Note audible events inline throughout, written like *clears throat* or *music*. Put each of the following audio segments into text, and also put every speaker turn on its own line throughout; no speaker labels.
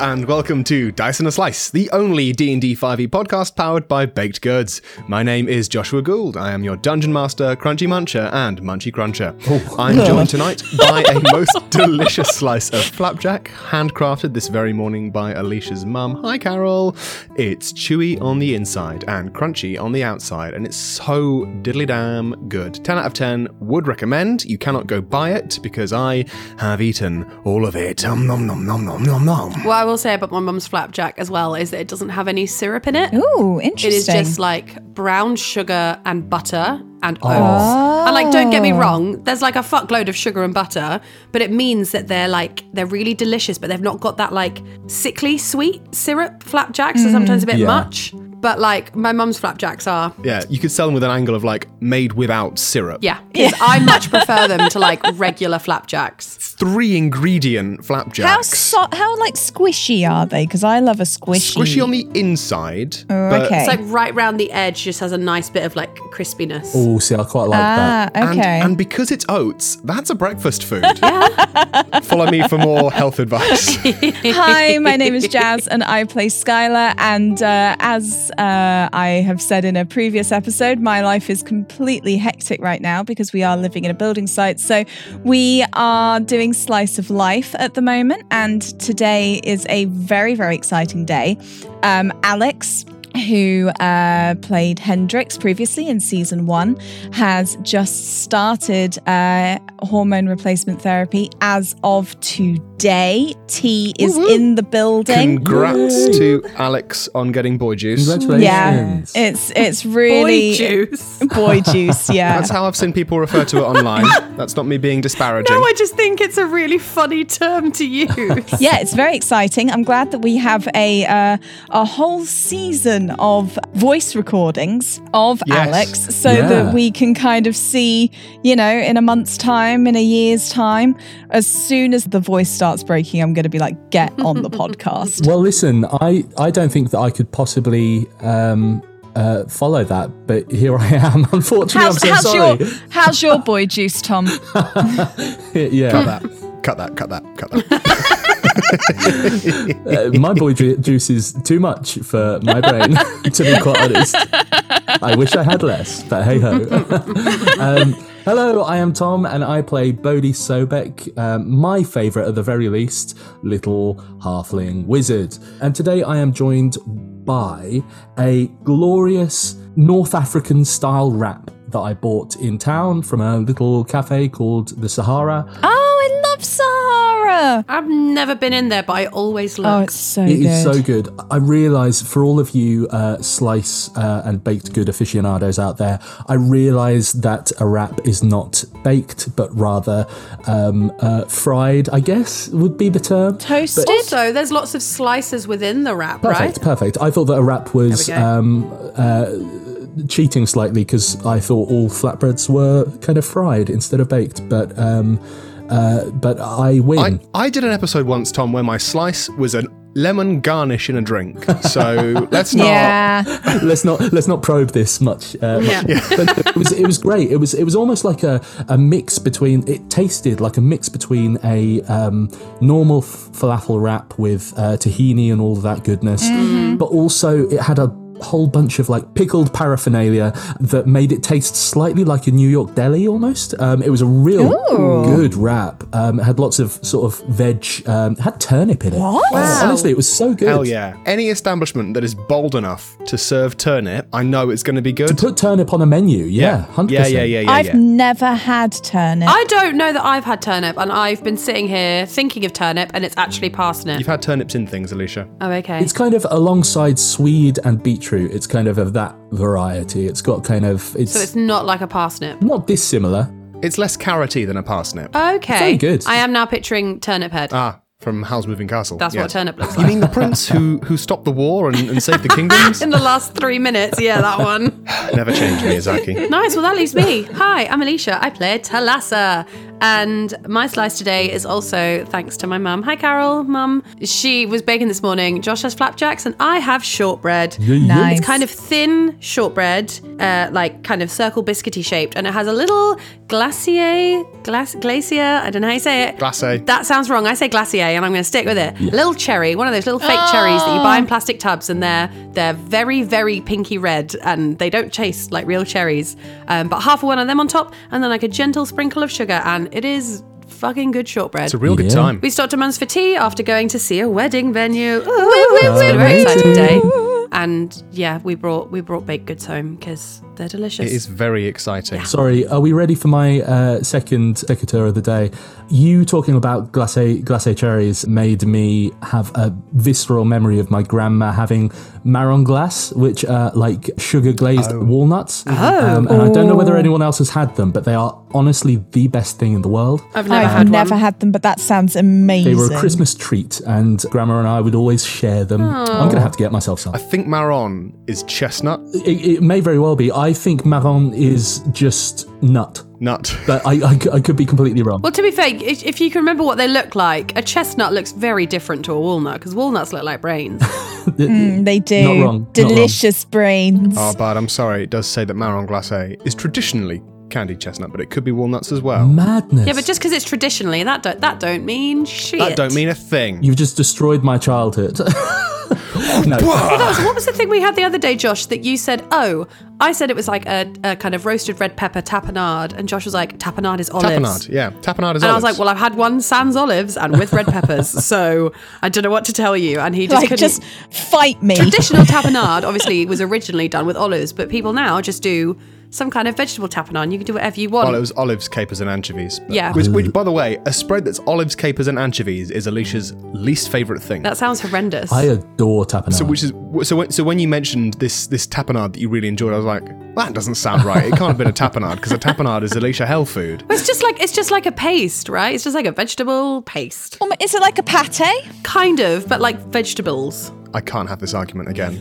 and welcome to Dice and a Slice, the only D&D 5e E podcast powered by Baked Goods. My name is Joshua Gould. I am your Dungeon Master, Crunchy Muncher, and Munchy Cruncher. I'm joined tonight by a most *laughs* delicious slice of flapjack, handcrafted this very morning by Alicia's mum. Hi, Carol. It's chewy on the inside and crunchy on the outside, and it's so diddly damn good. 10 out of 10 would recommend. You cannot go buy it because I have eaten all of it. Om nom nom nom nom nom nom.
What I will say about my mum's flapjack as well is that it doesn't have any syrup in it.
Ooh,
It is
interesting.
just like brown sugar and butter and oats. And like, don't get me
Oh.
wrong, there's like a fuckload of sugar and butter, but it means that they're like they're really delicious, but they've not got that like sickly sweet syrup. Flapjacks are sometimes a bit much, but like my mum's flapjacks are.
Yeah, you could sell them with an angle of like made without syrup.
*laughs*
Yeah, 'cause I much prefer them to like regular flapjacks.
Three ingredient flapjacks.
how so- how like squishy are they? Because I love a squishy.
Squishy on the inside. but-
okay.
It's like right round the edge, just has a nice bit of like crispiness.
Oh, see, I quite like that.
ah,
And,
okay.
and because it's oats, that's a breakfast
*laughs*
food. Follow me for more health advice.
Hi, my name is Jazz, and I play Skylar. And uh, as uh, I have said in a previous episode, my life is completely hectic right now because we are living in a building site. So we are doing Slice of Life at the moment. And today is a very, very exciting day. Um, Alex, who uh, played Hendrix previously in season one, has just started uh, hormone replacement therapy as of today. T is in the building.
Congrats to Alex on getting boy juice.
Yeah,
Congratulations.
it's it's
Boy
really
juice.
boy
*laughs*
juice, yeah.
That's how I've seen people refer to it
*laughs*
online. That's not me being disparaging.
No, I just think it's a really funny term to use.
yeah, it's very exciting. I'm glad that we have a uh, a whole season of voice recordings of
Yes.
Alex, so
Yeah.
that we can kind of see, you know, in a month's time, in a year's time. As soon as the voice starts breaking, I'm going to be like, get on
*laughs*
the podcast.
Well, listen, I, I don't think that I could possibly um, uh, follow that, but here I am. *laughs* Unfortunately,
How's,
I'm
how's
so
your
sorry.
how's
*laughs*
your boy juice, Tom?
yeah,
Hmm.
Cut that, cut that, cut that.
uh, my boy ju- juice is too much for my brain, *laughs* to be quite honest. I wish I had less, but hey ho. *laughs* um, hello, I am Tom, and I play Bodhi Sobek, um, my favourite at the very least, little halfling wizard. And today I am joined by a glorious North African style wrap that I bought in town from a little cafe called the Sahara.
Oh, I love Sahara.
*laughs* I've never been in there, but I always
Oh,
look.
it's so
It
good.
is so good. I realise for all of you uh, slice uh, and baked good aficionados out there, I realise that a wrap is not baked, but rather um, uh, fried. I guess would be the term.
Toasted.
also, there's lots of slices within the wrap,
Perfect,
right?
perfect. I thought that a wrap was
There we go.
um, uh, cheating slightly because I thought all flatbreads were kind of fried instead of baked, but um, uh, but I win.
I, I did an episode once, Tom, where my slice was a lemon garnish in a drink. So
*laughs*
let's not.
yeah.
*laughs* let's not let's not probe this much. Uh,
Yeah.
much. But it was it was great. It was it was almost like a, a mix between. It tasted like a mix between a um, normal f- falafel wrap with uh, tahini and all of that goodness, but also it had a whole bunch of like pickled paraphernalia that made it taste slightly like a New York deli almost. Um, it was a real good wrap. Um, it had lots of sort of veg. Um, it had turnip in it. What?
Wow.
Honestly, it was so good.
Hell yeah. Any establishment that is bold enough to serve turnip, I know it's going to be good.
Put turnip on a menu, yeah, hundred
yeah,
percent.
yeah, yeah, yeah,
I've
yeah.
never had turnip.
I don't know that I've had turnip, and I've been sitting here thinking of turnip, and it's actually parsnip.
You've had turnips in things, Alicia.
oh, okay.
It's kind of alongside swede and beetroot. It's kind of of that variety. It's got kind of it's,
so it's not like a parsnip.
not dissimilar.
It's less carroty than a parsnip.
Okay.
Very good.
I am now picturing turnip head.
ah, from Howl's Moving Castle.
That's what
yes.
a turnip looks
You
like.
mean the prince who, who stopped the war and, and saved the
*laughs*
kingdoms?
In the last three minutes, yeah, that *laughs* one.
Never changed Miyazaki.
Nice. Well, that leaves me. Hi, I'm Alicia. I play Talassa. And my slice today is also thanks to my mum. Hi, Carol, mum. She was baking this morning. Josh has flapjacks, and I have shortbread.
nice.
It's kind of thin shortbread, uh, like kind of circle biscuity shaped, and it has a little glacier, glac glacier. I don't know how you say it.
Glacé.
That sounds wrong. I say glacier. today, and I'm going to stick with it. Little cherry, one of those little fake cherries that you buy in
Oh.
plastic tubs, and they're they're very very pinky red, and they don't taste like real cherries. Um, but half a one of them on top, and then like a gentle sprinkle of sugar, and it is fucking good shortbread.
It's a real good
Yeah.
time.
We stopped at Mum's for tea after going to see a wedding venue. it's been a very exciting day. And yeah, we brought we brought baked goods home because they're delicious.
It is very exciting.
Sorry, are we ready for my uh, second secateur of the day? You talking about glacé glacé cherries made me have a visceral memory of my grandma having marron glace, which are like sugar glazed walnuts. Oh. Um, and I don't know whether anyone else has had them, but they are honestly the best thing in the world.
I've never
I've
had
never
one.
had them, but that sounds amazing.
They were a Christmas treat, and grandma and I would always share them. I'm going to have to get myself some.
I think Marron is chestnut
It, it may very well be. I think marron is just nut,
nut. *laughs*
but I, I, c- I could be completely wrong.
Well, to be fair, if, if you can remember what they look like, a chestnut looks very different to a walnut because walnuts look
*laughs*
like brains.
Mm, they do.
Not wrong, not wrong.
Delicious brains.
Oh, but I'm sorry. It does say that Marron glacé is traditionally candied chestnut, but it could be walnuts as
Mm.
well.
Madness.
Hmm. yeah, but just because it's traditionally, that don't that don't mean shit.
That don't mean a thing. *laughs*
You've just destroyed my childhood. no.
That was- Oh, what was the thing we had the other day, Josh? That you said, oh, I said it was like a, a kind of roasted red pepper tapenade, and Josh was like, tapenade is
tapenade.
olives.
Yeah, tapenade is
And I
olives.
was like, well, I've had one sans olives and with red peppers, so I don't know what to tell you. And he just
like,
couldn't.
just fight me.
Traditional tapenade obviously was originally done with olives, but people now just do some kind of vegetable tapenade. You can do whatever you want.
Well, it was olives, capers, and anchovies. but-
Yeah.
Which, which, by the way, a spread that's olives, capers, and anchovies is Alicia's least favourite thing.
that sounds horrendous.
I uh, adore tapenade.
so, which is
Um,
so. When, so when you mentioned this this tapenade that you really enjoyed, I was like, that doesn't sound right. It can't have been a tapenade because a tapenade is Alicia health food.
Well, it's just like it's just like a paste, right? It's just like a vegetable paste,
Um, Is it like a pate?
kind of, but like vegetables.
I can't have this argument again.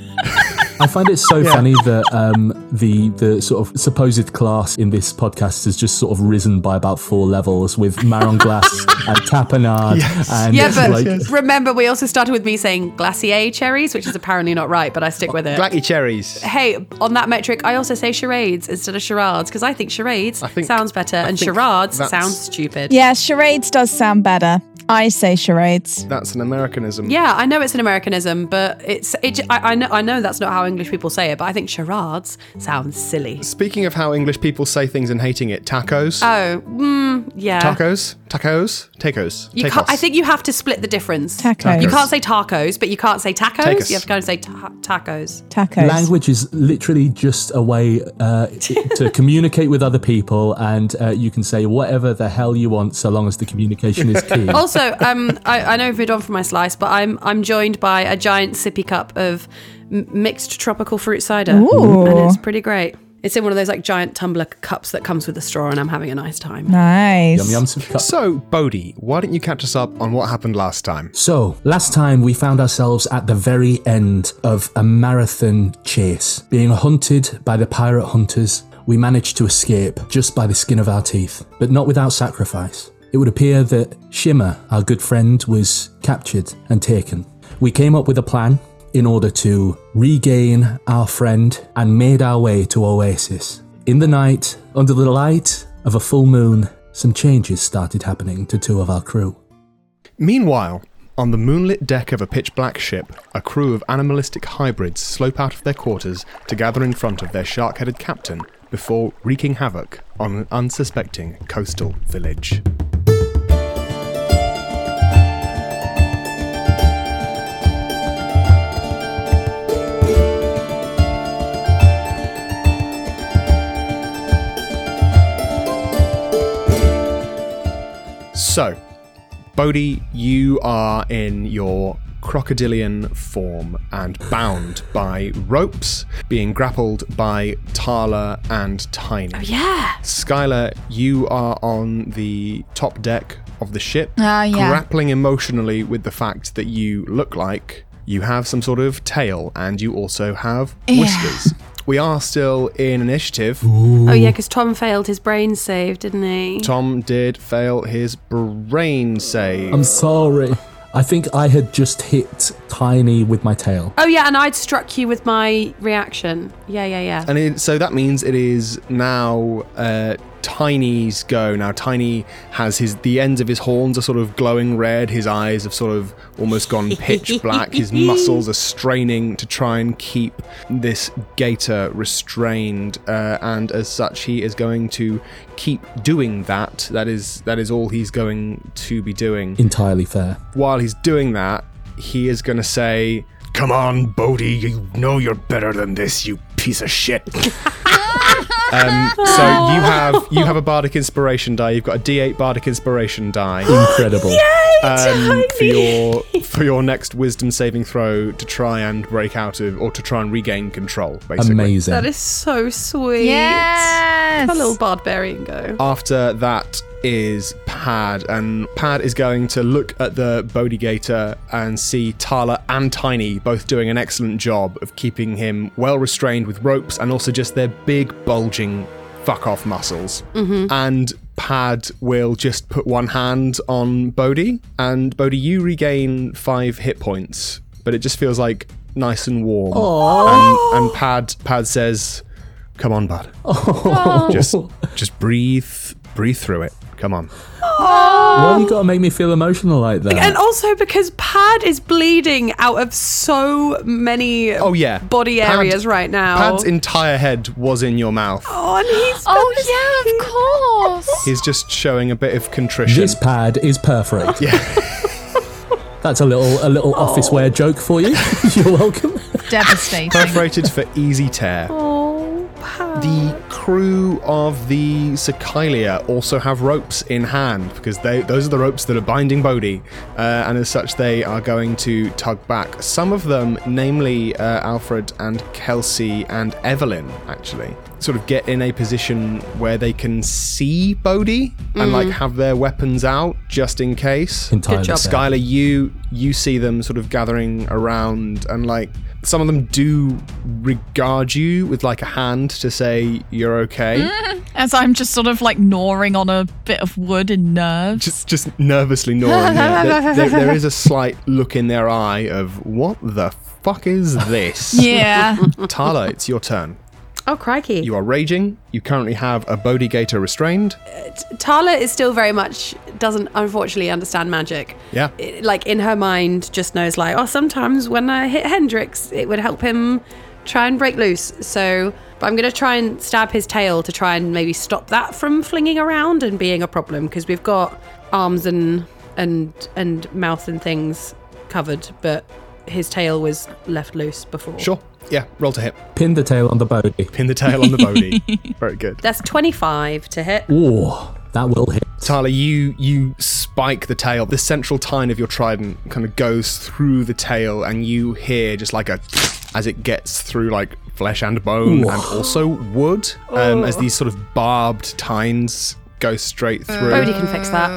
I find it so funny that um, the the sort of supposed class in this podcast has just sort of risen by about four levels with Marron Glass and tapenade and
Yeah, but
like
remember, we also started with me saying glacier cherries, which is apparently not right, but I stick with it.
Blacky cherries.
hey, on that metric, I also say charades instead of charades because I think charades
I think-
sounds better and
think
charades
that's-
sounds stupid.
Yeah, charades does sound better. I say charades.
That's an Americanism.
Yeah, I know it's an Americanism, but it's it, I, I know I know that's not how English people say it, but I think charades sounds silly.
Speaking of how English people say things and hating it, tacos.
Oh, mm, yeah.
Tacos, tacos, tacos.
You can't, I think you have to split the difference.
Tacos.
You can't say tacos, but you can't say tacos.
Tacos.
You have to kind of say ta- tacos.
Tacos.
Language is literally just a way uh, to communicate with other people, and uh, you can say whatever the hell you want so long as the communication is key.
Also, um, I, I know I've moved on from my slice, but I'm I'm joined by a giant sippy cup of m- mixed tropical fruit cider, and it's pretty great. It's in one of those like giant tumbler cups that comes with a straw, and I'm having a nice time.
Nice.
Yum, yum, some cup-
so. Bodhi, why don't you catch us up on what happened last time?
So, last time we found ourselves at the very end of a marathon chase, being hunted by the pirate hunters. We managed to escape just by the skin of our teeth, but not without sacrifice. It would appear that Shimmer, our good friend, was captured and taken. We came up with a plan in order to regain our friend and made our way to Oasis. In the night, under the light of a full moon, some changes started happening to two of our crew.
Meanwhile, on the moonlit deck of a pitch black ship, a crew of animalistic hybrids slope out of their quarters to gather in front of their shark headed captain before wreaking havoc on an unsuspecting coastal village. So, Bodhi, you are in your crocodilian form and bound by ropes, being grappled by Tala and Tiny.
Oh,
Yeah.
Skylar, you are on the top deck of the ship,
Ah, yeah.
grappling emotionally with the fact that you look like you have some sort of tail and you also have whiskers. We are still in initiative.
Oh yeah, because Tom failed his brain save, didn't he?
Tom did fail his brain save.
I'm sorry. I think I had just hit Tiny with my tail.
Oh yeah, and I'd struck you with my reaction. Yeah, yeah, yeah.
And it, so that means it is now uh, Tiny's go. Now Tiny has his the ends of his horns are sort of glowing red. His eyes have sort of almost gone pitch black. His muscles are straining to try and keep this gator restrained, uh, and as such, he is going to keep doing that. That is that is all he's going to be doing.
*gasps*
Entirely fair.
While he's doing that, he is going to say, "Come on, Bodhi, you know you're better than this, you piece of shit." *laughs* Um, so you have you have a bardic inspiration die. You've got a D8 bardic inspiration die
Incredible.
um, for your for your next wisdom saving throw to try and break out of or to try and regain control. Basically,
Amazing.
That is so sweet.
Yes.
A little barbarian
Oh,
go.
After that is Pad, and Pad is going to look at the Bodhi Gator and see Tala and Tiny both doing an excellent job of keeping him well restrained with ropes and also just their big bulging fuck off muscles. And Pad will just put one hand on Bodhi, and Bodhi, you regain five hit points, but it just feels like nice and warm. And, and Pad Pad says, "Come on, Bud." Just
Oh. *laughs*
just breathe breathe through it. Come on.
Why you gotta make me feel emotional like that?
And also because Pad is bleeding out of so many
Oh yeah.
body
Pad-
areas right now.
Pad's entire head was in your mouth.
oh, and he's
Oh yeah, of
*laughs*
course.
He's just showing a bit of contrition.
this pad is perfect.
yeah.
*laughs* That's a little a little
Oh.
office wear joke
*laughs*
for you. You're welcome.
Devastating.
Perforated for easy tear.
Oh, Pad.
The crew of the Sicalia also have ropes in hand because they those are the ropes that are binding Bodhi, uh, and as such they are going to tug back. Some of them, namely uh, Alfred and Kelsey and Evelyn, actually, sort of get in a position where they can see Bodhi
Mm.
and like have their weapons out just in case.
Entirely
job,
fair.
Skylar, you you see them sort of gathering around, and like some of them do regard you with like a hand to say you're okay,
As I'm just sort of like gnawing on a bit of wood in nerves.
just just nervously gnawing. yeah. There- there- there is a slight look in their eye of what the fuck is this?
*laughs* yeah.
Tala, it's your turn.
oh, crikey.
You are raging. You currently have a Bodhi Gator restrained.
Tala is still very much doesn't unfortunately understand magic.
Yeah.
It- like in her mind, just knows like, oh, sometimes when I hit Hendrix, it would help him try and break loose. So, but I'm gonna try and stab his tail to try and maybe stop that from flinging around and being a problem because we've got arms and and and mouth and things covered, but his tail was left loose before.
Sure. Yeah. Roll to hit.
Pin the tail on the Bodhi.
Pin the tail on the Bodhi. Very good.
That's 25 to hit.
Ooh, that will hit.
Tala, you you spike the tail. The central tine of your trident kind of goes through the tail, and you hear just like a as it gets through like flesh and bone and also wood um, as these sort of barbed tines go straight through.
Bodhi can fix that.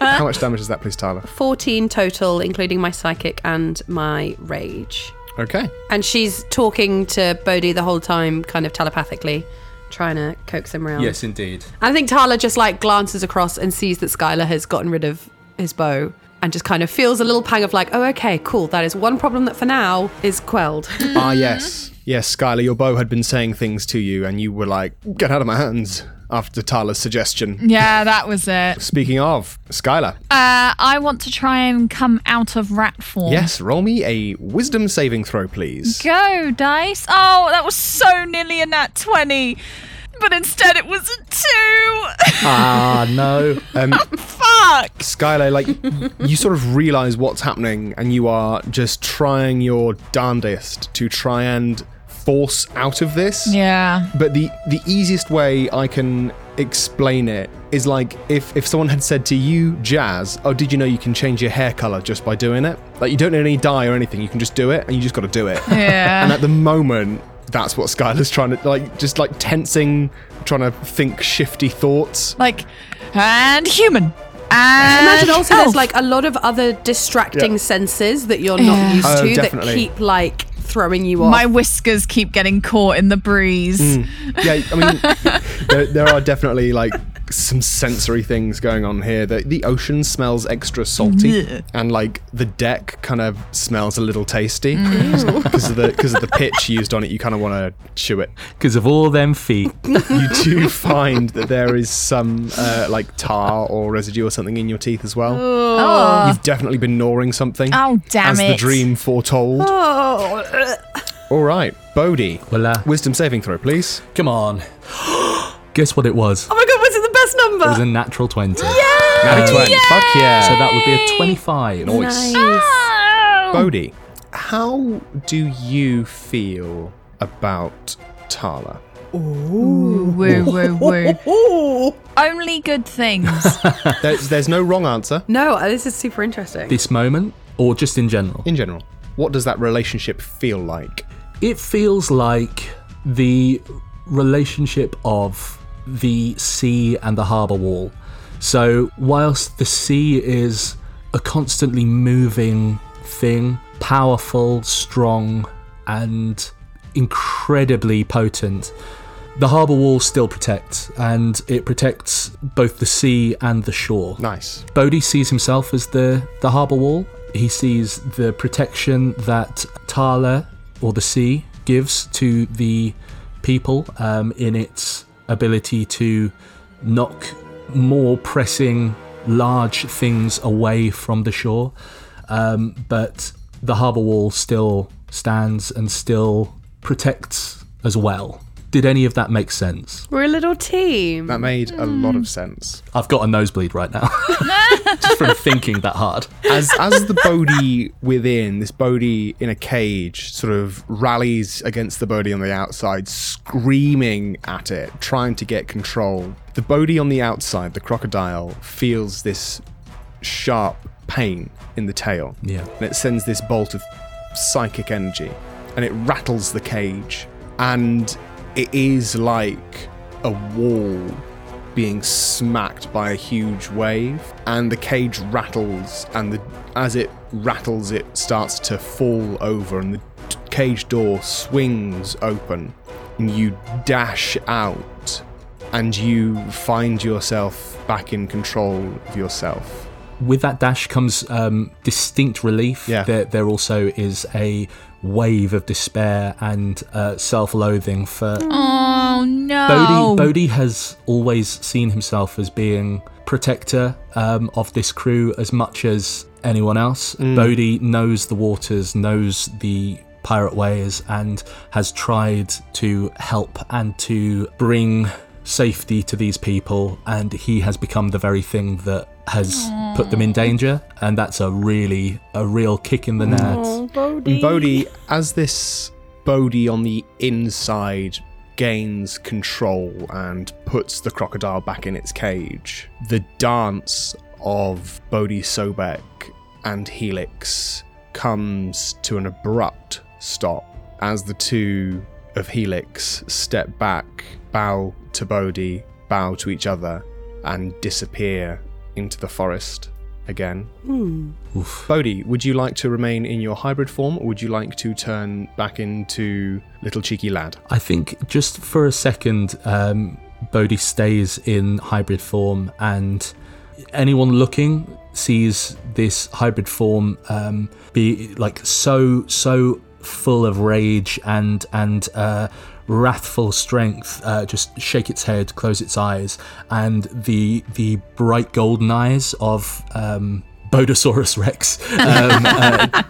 How much damage is that, please, Tala?
14 total, including my psychic and my rage.
Okay.
And she's talking to Bodhi the whole time, kind of telepathically, trying to coax him around.
indeed.
And I think Tala just like glances across and sees that Skylar has gotten rid of his bow and just kind of feels a little pang of like, oh, okay, cool. That is one problem that for now is quelled.
Ah, yes. Yes, Skylar, your bow had been saying things to you, and you were like, "Get out of my hands!" After Tala's suggestion.
Yeah, that was it.
Speaking of Skylar,
Uh, I want to try and come out of rat form.
yes, roll me a wisdom saving throw, please.
Go, dice. Oh, that was so nearly a nat 20. But instead it was a 2.
Ah no.
Um,
*laughs* Fuck.
Skylar, like you sort of realize what's happening, and you are just trying your darndest to try and force out of this.
Yeah.
But the the easiest way I can explain it is like if if someone had said to you, Jazz, oh, did you know you can change your hair color just by doing it? Like you don't need any dye or anything. You can just do it, and you just got to do it.
Yeah.
And at the moment, that's what Skylar's trying to like, just like tensing, trying to think shifty thoughts.
like, and human. And
Imagine also there's
Oh.
elf.
like a lot of other distracting
Yeah.
senses that you're not used
Oh,
to
definitely.
that keep like throwing you off.
my whiskers keep getting caught in the breeze. *laughs*
yeah, I mean, there, there are definitely like some sensory things going on here. The, the ocean smells extra salty, and like the deck kind of smells a little *laughs* tasty because of the because of the pitch used on it. You kind of want to chew it.
because of all them
*laughs*
feet.
You
*laughs*
do find that there is some uh, like tar or residue or something in your teeth as well. You've definitely been gnawing something.
Oh, damn
as the
it. Oh.
dream foretold. All right, Bodhi.
uh,
Voila.
Wisdom saving throw, please.
Come
*gasps*
on. Guess what it was?
Oh my god, was it the best number?
It was a natural 20.
Nat 20. Fuck yeah.
So that would be a 25.
Nice.
Oh.
Bodhi, Hmm. how do you feel about Tala?
Woo, woo, woo. Only good things.
*laughs* There's, there's no wrong answer
no, this is super interesting.
This moment, or just in general?
in general. What does that relationship feel like?
It feels like the relationship of the sea and the harbour wall. So, whilst the sea is a constantly moving thing, powerful, strong, and incredibly potent, the harbour wall still protects, and it protects both the sea and the shore.
Nice.
Bodhi sees himself as the, the harbour wall. He sees the protection that Tala, or the sea, gives to the people um, in its ability to knock more pressing large things away from the shore. Um, but the harbour wall still stands and still protects as well. Did any of that make sense?
We're a little team.
That made a lot of sense.
I've got a nosebleed right now *laughs* just from thinking that hard.
as as the Bodhi within, this Bodhi in a cage sort of rallies against the Bodhi on the outside, screaming at it, trying to get control. The Bodhi on the outside, the crocodile, feels this sharp pain in the tail.
Yeah.
And it sends this bolt of psychic energy and it rattles the cage. And it is like a wall being smacked by a huge wave. And the cage rattles, and the, as it rattles, it starts to fall over, and the t- cage door swings open. And you dash out, and you find yourself back in control of yourself.
with that dash comes um, distinct relief.
Yeah.
There, there also is a wave of despair and uh, self-loathing for
Oh, no.
Bodhi. Bodhi has always seen himself as being protector um, of this crew as much as anyone else. Bodhi knows the waters, knows the pirate ways, and has tried to help and to bring safety to these people. And he has become the very thing that has put them in danger, and that's a really a real kick in the nads.
And Bodhi, as this Bodhi on the inside gains control and puts the crocodile back in its cage, the dance of Bodhi Sobek and Helix comes to an abrupt stop as the two of Helix step back, bow to Bodhi, bow to each other, and disappear into the forest again. Bodhi, would you like to remain in your hybrid form or would you like to turn back into little cheeky lad?
I think just for a second, um, Bodhi stays in hybrid form, and anyone looking sees this hybrid form um, be like so so full of rage and and uh, wrathful strength. Uh, just shake its head, close its eyes, and the the bright golden eyes of um, Bodosaurus Rex um, uh,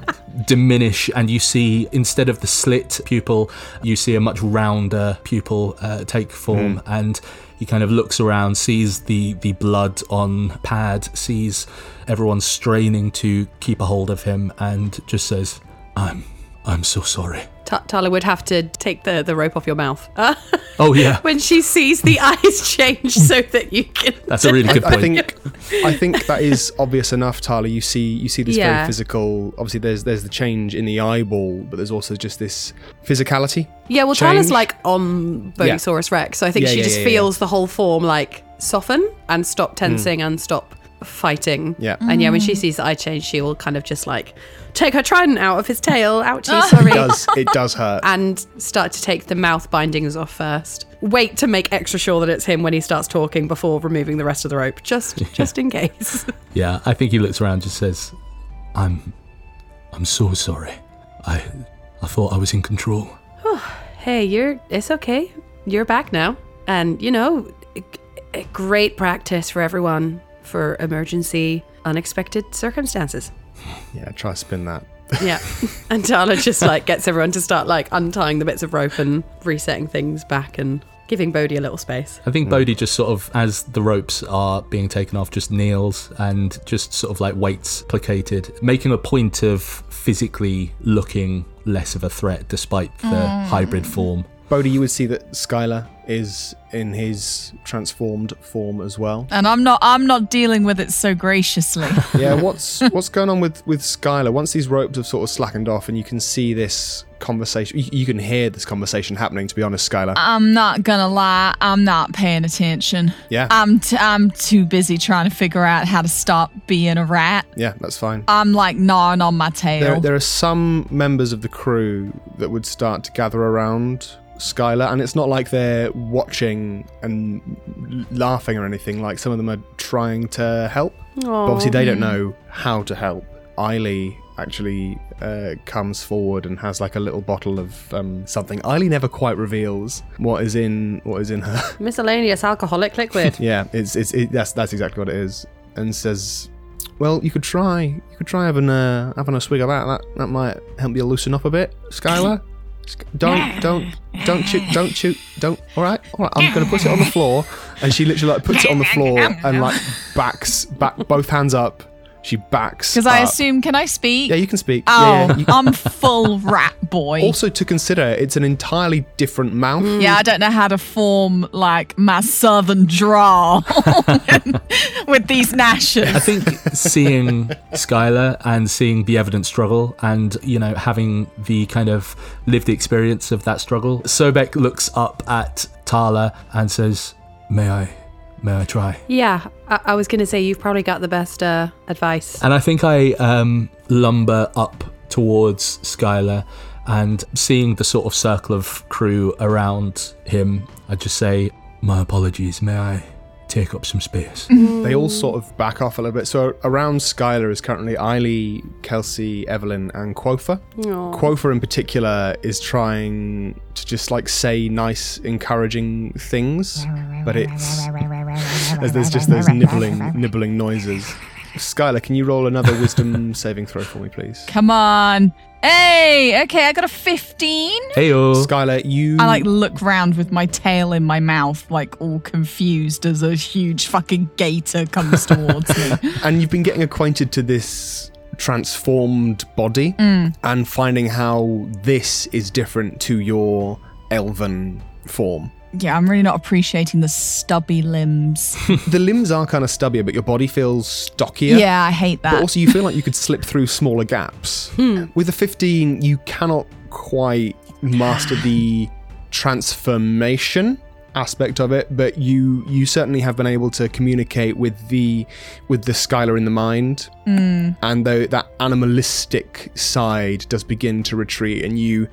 diminish, and you see instead of the slit pupil, you see a much rounder pupil uh, take form, and he kind of looks around, sees the the blood on pad, sees everyone straining to keep a hold of him, and just says, "I'm I'm so sorry."
Ta- Tala would have to take the, the rope off your mouth. Uh,
*laughs*
Oh yeah,
when she sees the *laughs* eyes change so that you can.
that's a really good point.
I
*laughs*
think I think that is obvious enough, Tyler. You see you see this very
Yeah.
physical obviously there's there's the change in the eyeball, but there's also just this physicality.
Yeah, well,
Change.
Tala's like on Bodhisaurus Rex, so I think
Yeah,
she
yeah,
just
yeah, yeah.
feels the whole form like soften and stop tensing and stop fighting.
Yeah.
And yeah, when she sees the eye change, she will kind of just like take her trident out of his *laughs* tail. Ouchie, sorry. *laughs*
It does it does hurt.
and start to take the mouth bindings off first. wait to make extra sure that it's him when he starts talking before removing the rest of the rope, just
*laughs*
just in case.
Yeah, I think he looks around and just says, I'm I'm so sorry. I I thought I was in control.
hey, you're it's okay. You're back now, and you know, g- g- great practice for everyone for emergency, unexpected circumstances.
Yeah, try to spin that.
Yeah. *laughs* And Tala just like gets everyone to start like untying the bits of rope and resetting things back and giving Bodhi a little space.
I think Bodhi just sort of, as the ropes are being taken off, just kneels and just sort of like waits, placated, making a point of physically looking less of a threat despite the hybrid form.
Bodhi, you would see that Skylar is in his transformed form as well.
And I'm not I'm not dealing with it so
*laughs*
graciously.
Yeah, what's what's going on with with Skylar? Once these ropes have sort of slackened off, and you can see this conversation, you, you can hear this conversation happening. To be honest, Skylar,
Uh,
I'm not gonna lie, I'm not paying attention.
Yeah.
I'm t- I'm too busy trying to figure out how to stop being a rat.
yeah, that's fine.
I'm like gnawing on my tail.
There, there are some members of the crew that would start to gather around Skylar, and it's not like they're watching and l- laughing or anything. Like some of them are trying to help, but obviously they don't know how to help. Eily actually uh, comes forward and has like a little bottle of um, something. Eily never quite reveals what is in what is in her.
Miscellaneous alcoholic liquid.
Yeah, it's it's it, that's that's exactly what it is. And says, "Well, you could try, you could try having a having a swig of that. That that might help you loosen up a bit, Skylar. Sk- Don't don't don't chew don't chew don't. All right, all right. I'm gonna put it on the floor." And she literally like puts it
*laughs*
on the floor and like backs back both hands up. She backs
Because I
up.
assume can I speak?
uh, Yeah, you can speak.
oh,
Yeah, yeah, you-
I'm full rat boy.
also, to consider, it's an entirely different mouth.
yeah, I don't know how to form like my southern drawl *laughs* with these
I
gnashes.
think seeing Skylar and seeing the evident struggle and, you know, having the kind of lived experience of that struggle, Sobek looks up at Tala and says, May I, may I try?
*laughs* Yeah, I, I was going to say you've probably got the best uh, advice.
And I think I um, lumber up towards Skylar and seeing the sort of circle of crew around him, I just say, My apologies, may I take up some space?
They all
Mm.
sort of back off a little bit. So around Skylar is currently Eily, Kelsey, Evelyn, and Quofa. Quofa in particular is trying to just like say nice, encouraging things, *laughs* but it's there's, there's just *laughs* those nibbling, nibbling noises. Skylar, can you roll another
*laughs*
wisdom saving throw for me, please?
Come on. Hey, okay, I got a 15.
Heyo!
Skylar, you
I like look round with my tail in my mouth, like all confused as a huge fucking gator comes towards me.
*laughs* and you've been getting acquainted to this transformed body and finding how this is different to your elven form.
Yeah, I'm really not appreciating the stubby limbs.
The limbs are kind of stubbier, but your body feels stockier.
Yeah, I hate that.
But also, you feel like you could slip through smaller gaps. With a 15, you cannot quite master the transformation aspect of it, but you you certainly have been able to communicate with the with the Skylar in the mind, and though that animalistic side does begin to retreat, and you,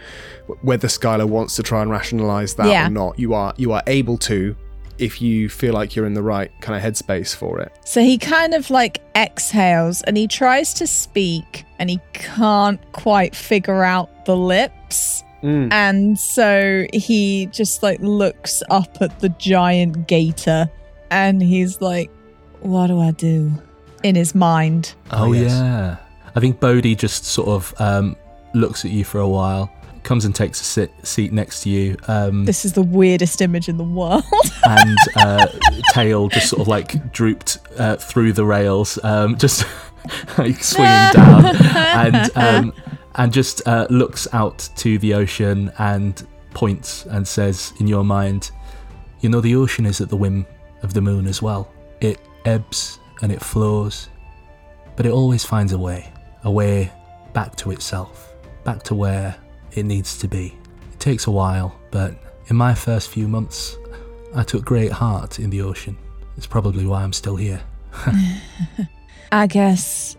whether Skylar wants to try and rationalise that
Yeah.
or not, you are you are able to. If you feel like you're in the right kind of headspace for it,
So he kind of like exhales and he tries to speak and he can't quite figure out the lips.
Mm.
And so he just like looks up at the giant gator and he's like, What do I do? In his mind.
Oh,
Oh, yes.
yeah. I think Bodhi just sort of um, looks at you for a while, comes and takes a sit- seat next to you, um,
This is the weirdest image in the world. *laughs*
and uh, tail just sort of like drooped uh, through the rails, um, just *laughs* like swinging down, and um, and just uh, looks out to the ocean and points and says in your mind, you know, the ocean is at the whim of the moon as well. It ebbs and it flows, but it always finds a way, a way back to itself, back to where it needs to be. It takes a while, but in my first few months, I took great heart in the ocean. It's probably why I'm still here.
I guess,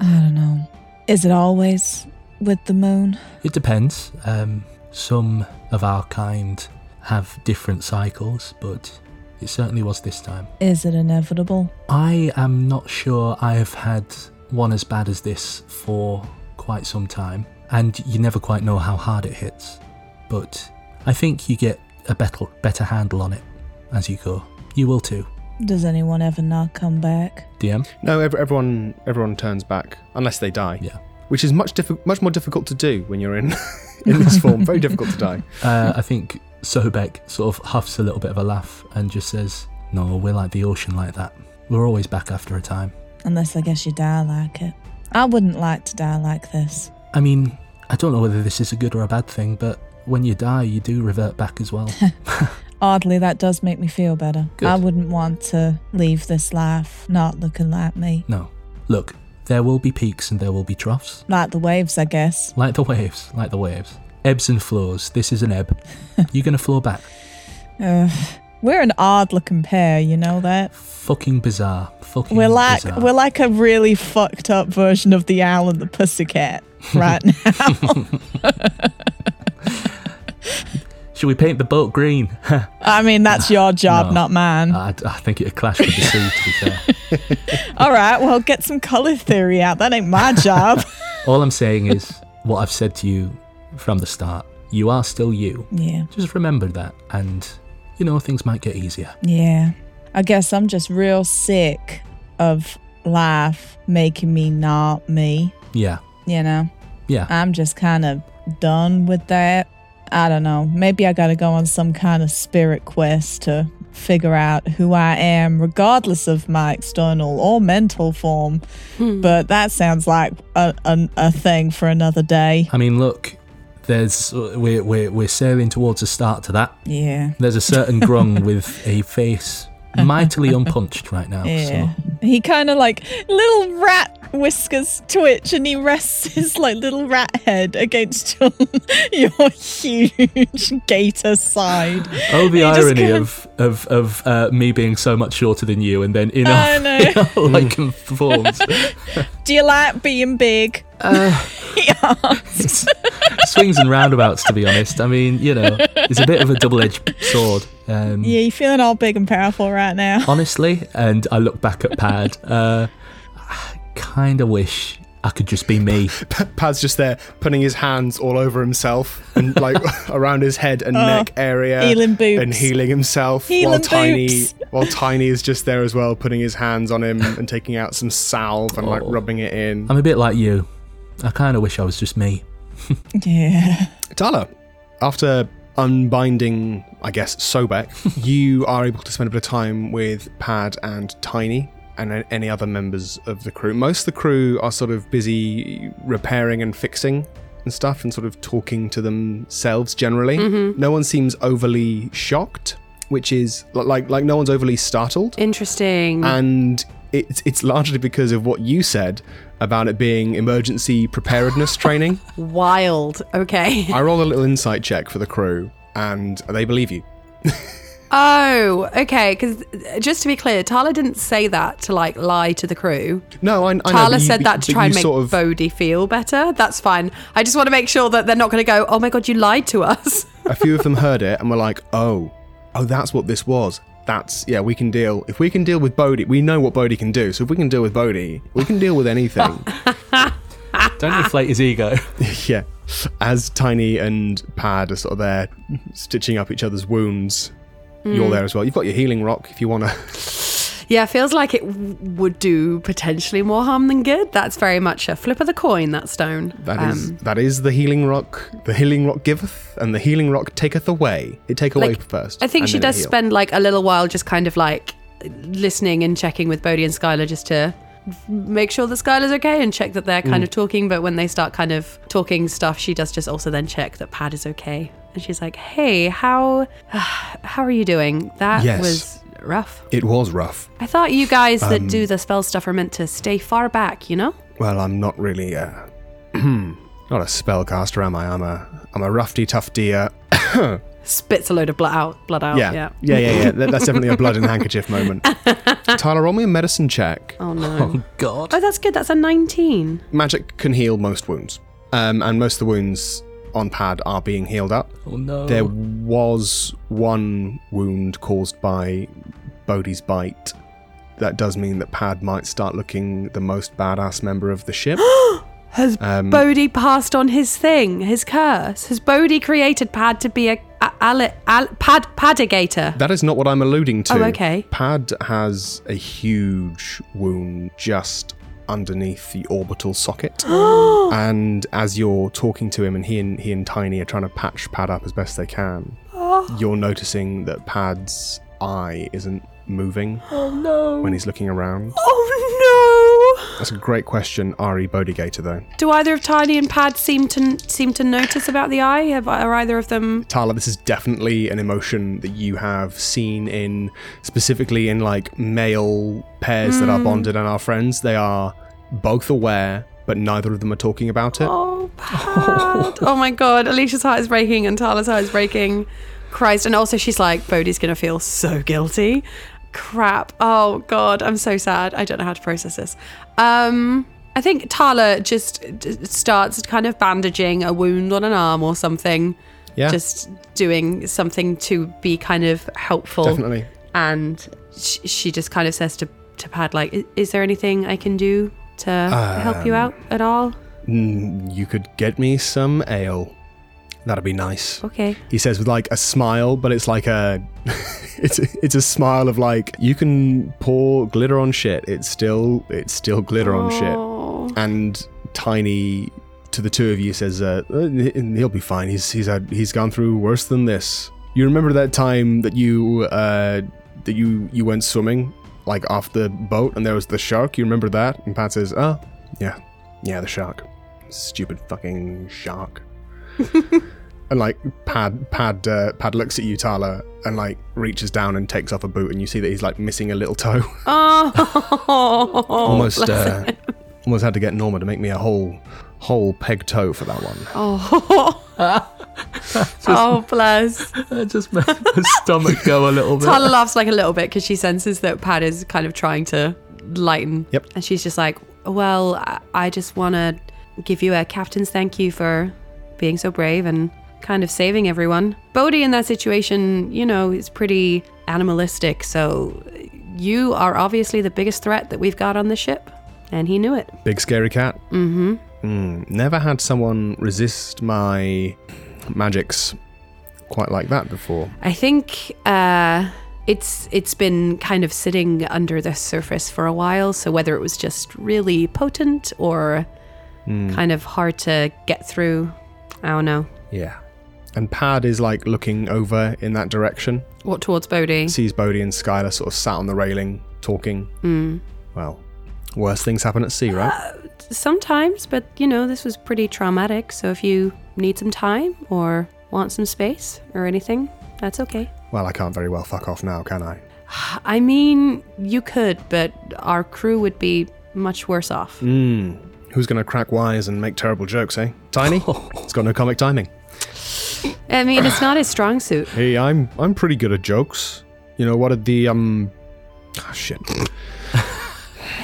I don't know. Is it always with the moon?
It depends. Um, some of our kind have different cycles, but it certainly was this time.
Is it inevitable?
I am not sure I have had one as bad as this for quite some time, and you never quite know how hard it hits. But I think you get a better, better handle on it as you go. You will too,
Does anyone ever not come back?
DM.
No, ev- everyone everyone turns back unless they die.
Yeah.
Which is much diffi- much more difficult to do when you're in *laughs* in this form. Very difficult to die.
Uh, I think Sobek sort of huffs a little bit of a laugh and just says, No, we're like the ocean like that. We're always back after a time.
Unless I guess you die like it. I wouldn't like to die like this.
I mean, I don't know whether this is a good or a bad thing, but when you die, you do revert back as
*laughs*
well.
Oddly, that does make me feel better.
Good.
I wouldn't want to leave this life not looking like me.
no. Look, there will be peaks and there will be troughs.
Like the waves, I guess.
Like the waves, like the waves. Ebbs and flows. This is an ebb.
*laughs*
You're going to flow back.
Ugh. We're an odd looking pair, you know that?
Fucking bizarre. Fucking
We're like
bizarre.
we're like a really fucked up version of the owl and the pussycat right *laughs* now.
Should we paint the boat green? *laughs*
I mean that's *laughs* your job,
No.
not mine.
I, I think it'd clash with the sea, to
*laughs*
be fair.
All right, well get some color theory out. That ain't my job.
All I'm saying is what I've said to you from the start. You are still you.
*laughs* yeah.
Just remember that, and you know things might get easier.
Yeah. I guess I'm just real sick of life making me not me,
Yeah,
you know?
yeah.
I'm just kind of done with that. I don't know. Maybe I got to go on some kind of spirit quest to figure out who I am, regardless of my external or mental form. But that sounds like a, a, a thing for another day.
I mean, look, there's we're we're, we're sailing towards a start to that.
Yeah.
There's a
*laughs*
certain grung with a face mightily unpunched right now.
Yeah. He kind of like little rat whiskers twitch and he rests *laughs* his like little rat head against *laughs* your, your huge gator side.
So, oh, the
He just
irony
kinda-
of of of uh, me being so much shorter than you, and then *laughs* in
I
our
know.
like conforms,
Do you like being big?
Uh.
*laughs*
It's- *laughs* swings and roundabouts. To be honest, I mean, you know, it's a bit of a double-edged sword. Um,
Yeah, you feeling all big and powerful right now.
honestly, and I look back at Pad, uh, I kind of wish I could just be me.
Pad's just there, putting his hands all over himself and like *laughs* around his head and neck area,
Oh, healing boobs.
and healing himself. while
Healing
Tiny,
boobs.
while Tiny is just there as well, putting his hands on him and taking out some salve and like rubbing it in.
I'm a bit like you. I kind of wish I was just me.
Yeah.
Tala, after unbinding, I guess, Sobek, you are able to spend a bit of time with Pad and Tiny and a- any other members of the crew. Most of the crew are sort of busy repairing and fixing and stuff and sort of talking to themselves generally. No one seems overly shocked, which is li- like like no one's overly startled
Interesting.
and it's it's largely because of what you said about it being emergency preparedness training.
Wild.
*laughs*
Okay.
I roll a little insight check for the crew, and they believe you.
Oh, okay. Because just to be clear, Tala didn't say that to like lie to the crew.
No, I, I know. but
Tala
you-
said that
but
to try and
you
make
sort of,
Bodhi feel better. That's fine. I just want to make sure that they're not going to go, oh my God, you lied to us. *laughs*
a few of them heard it and were like, "Oh, oh, that's what this was." That's yeah, we can deal. If we can deal with Bodhi, we know what Bodhi can do. So if we can deal with Bodhi, we can deal with
*laughs*
anything. *laughs*
Don't inflate his ego.
yeah. As Tiny and Pad are sort of there stitching up each other's wounds, you're
Mm.
there as well. You've got your healing rock if you want to.
yeah, feels like it w- would do potentially more harm than good. That's very much a flip of the coin, that stone.
*laughs*
Um,
That is that is the healing rock. The healing rock giveth, and the healing rock taketh away. It take away
Like,
first.
I think
and
she
then it
does
heal.
spend like a little while just kind of like listening and checking with Bodhi and Skylar just to make sure that Skylar's okay and check that they're
Mm.
kind of talking. But when they start kind of talking stuff, she does just also then check that Pad is okay. And she's like, "Hey, how *sighs* how are you doing? That
Yes.
was rough.
It was rough.
I thought you guys that
Um,
do the spell stuff are meant to stay far back, you know?
Well, I'm not really uh, *clears throat* not a spellcaster, am I? I'm a I'm a roughy tufty. *coughs* Uh,
Spits a load of blood out, blood out.
yeah,
Yeah.
yeah, yeah, yeah. That- that's definitely a blood in the handkerchief moment. Tyler, roll me a medicine check.
Oh no.
*laughs* Oh God.
Oh, that's good. That's a 19.
Magic can heal most wounds, um, and most of the wounds on pad are being healed up.
*laughs* Oh no.
There was one wound caused by Bodhi's bite. That does mean that Pad might start looking the most badass member of the ship.
Has
Um,
Bodhi passed on his thing, his curse? Has Bodhi created Pad to be a, a, ale- al- Pad Padigator?
That is not what I'm alluding to.
Oh, okay.
Pad has a huge wound just underneath the orbital
*gasps*
socket. and as you're talking to him and he and he and Tiny are trying to patch Pad up as best they can,
Oh.
you're noticing that Pad's eye isn't
*gasps*
moving when he's looking around.
Oh no!
That's a great question, Ari Bodigator though.
Do either of Tiny and Pad seem to seem to notice about the eye? Have are either of them?
Tala, this is definitely an emotion that you have seen in specifically in like male pairs that
Mm.
are bonded and are friends. They are both aware, but neither of them are talking about it.
Oh, Pad! oh my God! Alicia's heart is breaking and Tala's heart is breaking. Christ! And also she's like, Bodhi's gonna feel so guilty. Crap! Oh God! I'm so sad. I don't know how to process this. Um, I think Tala just d- starts kind of bandaging a wound on an arm or something.
yeah,
Just doing something to be kind of helpful.
definitely.
and sh- she just kind of says to, to Pad, like, "I- is there anything I can do to help
Um,
you out at all?
Mm, you could get me some ale. That'd be nice.
Okay.
He says with like a smile, but it's like a *laughs* it's it's a smile of like you can pour glitter on shit. It's still it's still glitter on shit.
Oh.
and Tiny to the two of you says, uh, uh, "He'll be fine. He's he's had, he's gone through worse than this." You remember that time that you uh, that you you went swimming like off the boat and there was the shark. You remember that? And Pat says, "Oh, yeah, yeah, the shark. Stupid fucking shark." and like Pad Pad uh, Pad looks at you, Tala, and like reaches down and takes off a boot, and you see that he's like missing a little toe. *laughs*
Oh. *laughs*
almost uh, almost had to get Norma to make me a whole whole peg toe for that one.
Oh. oh, bless.
That just *laughs* made my stomach go a little bit.
Tala laughs like a little bit because she senses that Pad is kind of trying to lighten.
Yep.
And she's just like, well, I- I just want to give you a captain's thank you for being so brave and kind of saving everyone. Bodhi in that situation, you know, is pretty animalistic. So you are obviously the biggest threat that we've got on the ship. And he knew it.
Big scary cat. Mm-hmm. never had someone resist my magics quite like that before.
I think uh, it's it's been kind of sitting under the surface for a while. So whether it was just really potent or kind of hard to get through, I don't know.
Yeah. And Pad is like looking over in that direction.
What towards Bodhi?
Sees Bodhi and Skylar sort of sat on the railing talking.
Mm.
Well, worse things happen at sea,
*gasps*
right?
Sometimes, but you know this was pretty traumatic. So if you need some time or want some space or anything, that's okay.
Well, I can't very well fuck off now, can I?
I mean, you could, but our crew would be much worse off.
Who's going to crack wise and make terrible jokes, eh?
*laughs*
Tiny? it's got no comic timing.
I mean, it's not his strong suit.
Hey, I'm I'm pretty good at jokes. You know, what did the um ah, shit.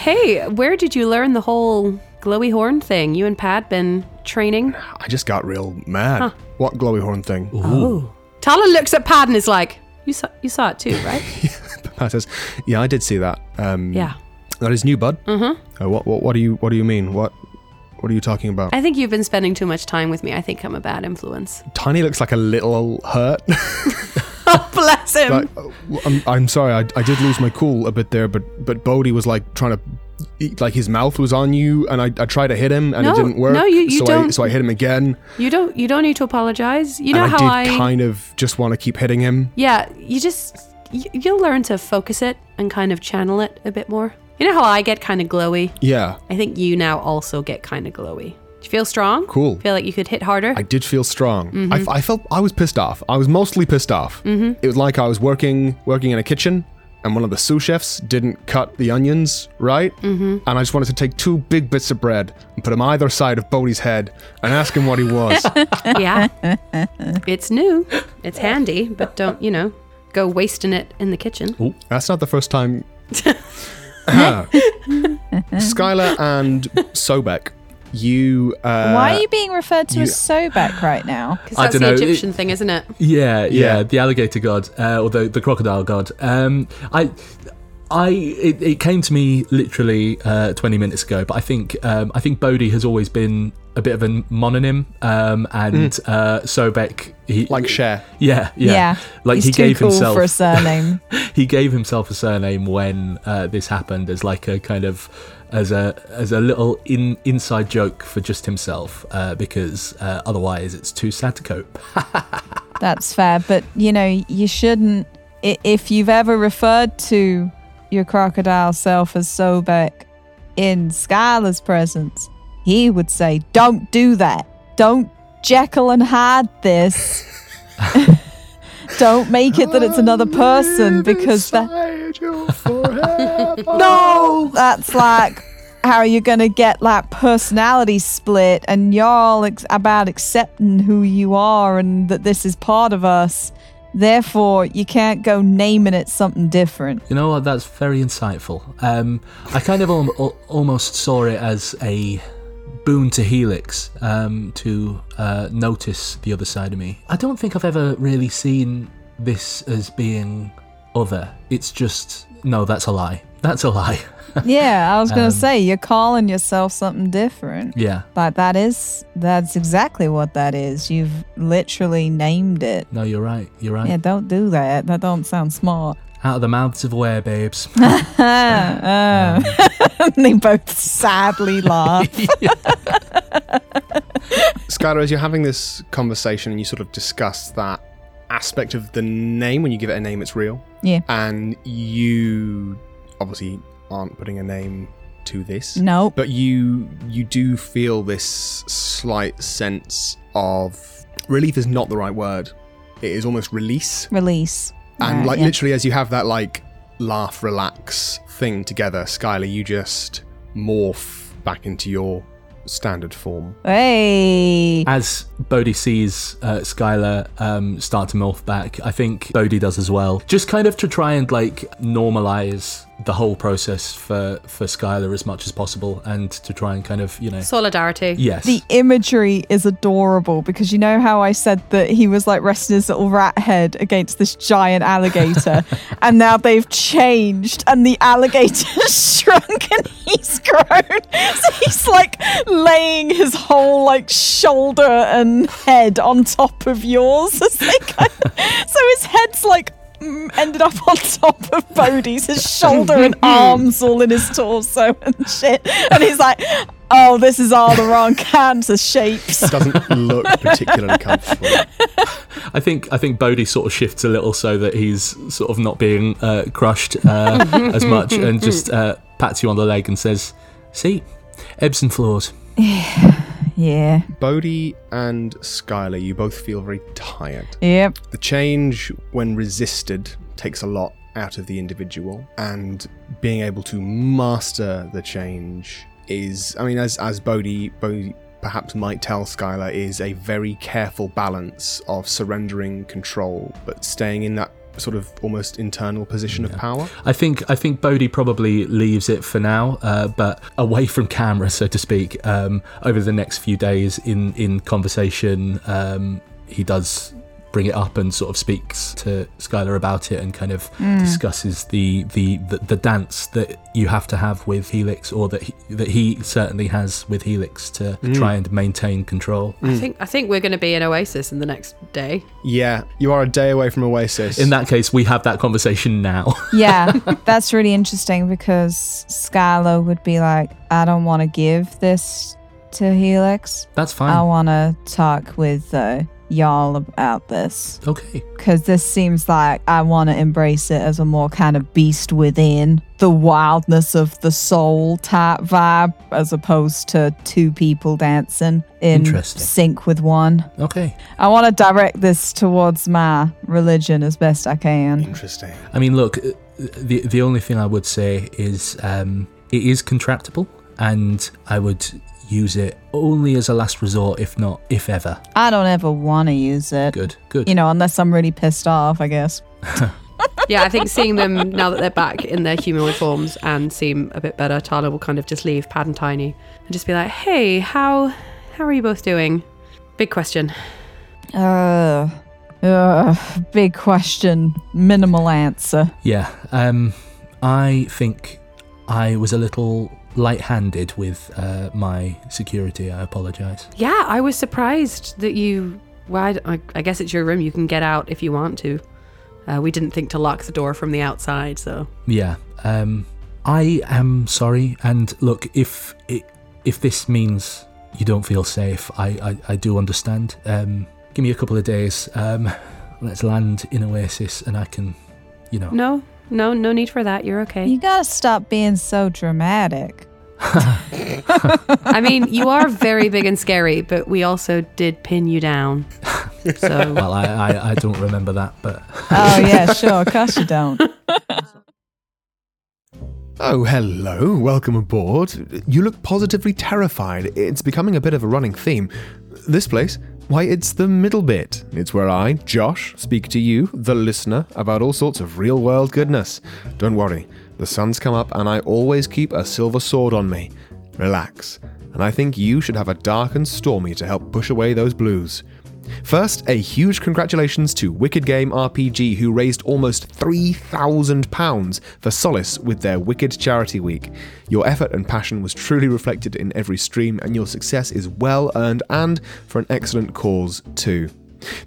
Hey, where did you learn the whole glowy horn thing? You and Pad been training?
I just got real mad. What glowy horn thing? *laughs*
Oh. Tala looks at Pad and is like, "You saw, you saw it too,
*laughs*
right?
Pat says, "Yeah, I did see that. Um,
yeah.
that is new, bud. Mm-hmm. Uh, what, what what do you what do you mean? What what are you talking about?
I think you've been spending too much time with me. I think I'm a bad
*laughs*
influence. *laughs*
Tiny looks like a little hurt. *laughs*
Bless him.
like, oh, I'm, I'm sorry, I, I did lose my cool a bit there, but but Bodhi was like trying to, like his mouth was on you, and I, I tried to hit him and
No,
it didn't work.
no, you- you
so I
don't-
so I hit him again,
you don't you don't need to apologize. You know
and I
how
did
I
kind of just want to keep hitting him.
Yeah, you just you, you'll learn to focus it and kind of channel it a bit more. You know how I get kind of glowy?
Yeah,
I think you now also get kind of glowy. Do you feel strong?
Cool.
Feel like you could hit harder?
I did feel strong.
Mm-hmm.
I f I I, felt I was pissed off. I was mostly pissed off. It was like I was working working in a kitchen, and one of the sous chefs didn't cut the onions right, mm-hmm. and I just wanted to take two big bits of bread and put them either side of Bodhi's head and ask him what he
*laughs*
was.
yeah. It's new. It's handy, but don't, you know, go wasting it in the kitchen.
That's not the first
*laughs*
time. Skylar and Sobek you. Uh,
Why are you being referred to as Sobek right now?
Because
I
that's
dunno,
the
it-
Egyptian thing, isn't it?
Yeah, yeah,
Yeah.
the alligator god, uh, or the, the crocodile god. Um, I, I, it, it came to me literally uh, 20 minutes ago, but I think um, I think Bodhi has always been a bit of a mononym, um, and uh, Sobek, he
Hmm. Like Cher.
yeah, yeah, like
He's
he
too
gave
cool
himself
for a surname.
*laughs* he gave himself a surname when uh, this happened as like a kind of as a as a little in, inside joke for just himself uh, because uh, otherwise it's too sad to cope.
That's fair, but you know, you shouldn't. i- If you've ever referred to your crocodile self as Sobek in Skylar's presence, he would say, Don't do that. Don't Jekyll and Hyde this. *laughs* Don't make it that it's another person because that, no, that's like how you're gonna get like personality split, and y'all ex- about accepting who you are and that this is part of us. Therefore, you can't go naming it something different.
You know what? That's very insightful. Um, I kind of al- al- almost saw it as a boon to Helix um, to uh, notice the other side of me. I don't think I've ever really seen this as being other. It's just no. That's a lie. That's a lie. *laughs*
yeah, I was gonna say you're calling yourself something different.
yeah.
But that is that's exactly what that is. You've literally named it.
No, you're right. You're right.
Yeah, don't do that. That don't sound smart. *laughs*
Out of the mouths of babes. *laughs*
Uh, they both sadly laugh.
Skylar, as you're having this conversation and you sort of discuss that aspect of the name, when you give it a name, it's real.
Yeah.
And you obviously aren't putting a name to this.
Nope.
But you you do feel this slight sense of relief is not the right word. It is almost release.
release.
And
Right,
like
yeah.
literally as you have that like laugh, relax thing together, Skylar, you just morph back into your standard form.
Hey.
As Bodhi sees uh, Skylar um, start to morph back, I think Bodhi does as well. Just kind of to try and like normalize the whole process for for Skylar as much as possible, and to try and kind of you know
Solidarity.
yes,
The imagery is adorable because you know how I said that he was like resting his little rat head against this
*laughs*
giant alligator, and now they've changed, and the alligator's *laughs* shrunk and he's grown. So he's like laying his whole like shoulder and head on top of yours. As they go.
*laughs*
so his head's like mm, ended up on top of Bodie's, his shoulder and *laughs* arms all in his torso and shit. And he's like, oh, this is all the wrong kinds of shapes.
*laughs*
doesn't look particularly comfortable.
I think I think Bodhi sort of shifts a little so that he's sort of not being uh, crushed uh, as much, and just uh, pats you on the leg and says, "See, ebbs and flows."
*laughs* Yeah.
Bodhi and Skylar, you both feel very tired.
Yep.
The change, when resisted, takes a lot out of the individual, and being able to master the change is, I mean, as as Bodhi, Bodhi perhaps might tell Skylar, is a very careful balance of surrendering control, but staying in that sort of almost internal position of power.
I think I think Bodhi probably leaves it for now, uh, but away from camera, so to speak. Um, over the next few days, in in conversation, um, he does bring it up and sort of speaks to Skylar about it and kind of discusses the, the the the dance that you have to have with Helix, or that he, that he certainly has with Helix to try and maintain control.
I think I think we're going to be in Oasis in the next day.
Yeah, you are a day away from Oasis.
In that case, we have that conversation now. *laughs*
*laughs* Yeah. That's really interesting because Skylar would be like, I don't want to give this to Helix.
That's
I
fine.
want to talk with uh, y'all about this.
Okay.
because this seems like I want to embrace it as a more kind of beast within the wildness of the soul type vibe, as opposed to two people dancing in
Interesting.
sync with one.
Okay.
I want to direct this towards my religion as best I can.
Interesting.
I mean, look, uh, the the only thing I would say is um, it is contractible, and I would use it only as a last resort, if not if ever.
I don't ever want to use it,
Good, good.
you know, unless I'm really pissed off, I guess.
yeah, I think seeing them *laughs* now that they're back in their humanoid forms and seem a bit better, Tala will kind of just leave Pad and Tiny and just be like, "Hey, how how are you both doing?" Big question.
Uh, uh, big question, minimal answer.
Yeah, um, I think I was a little light-handed with uh, my security. I apologise.
Yeah, I was surprised that you. Well, I, I- I guess it's your room. You can get out if you want to. Uh, we didn't think to lock the door from the outside, so
Yeah, um, I am sorry. And look, if i if this means you don't feel safe, I I, I do understand. Um, give me a couple of days. Um, *laughs* let's land in Oasis, and I can, you know.
no, no, no need for that. You're okay.
*laughs* You gotta stop being so
*laughs*
dramatic.
I mean, you are very big and scary, but we also did pin you down. So
Well, I, I, I don't remember that, but
Oh yeah, sure, of course you don't.
Oh, hello. Welcome aboard. You look positively terrified. It's becoming a bit of a running theme. This place? Why, it's the middle bit. It's where I, Josh, speak to you, the listener, about all sorts of real world goodness. Don't worry. The sun's come up, and I always keep a silver sword on me. Relax. And I think you should have a dark and stormy to help push away those blues. First, a huge congratulations to Wicked Game RPG, who raised almost £3,000 for Solace with their Wicked Charity Week. Your effort and passion was truly reflected in every stream, and your success is well earned and for an excellent cause, too.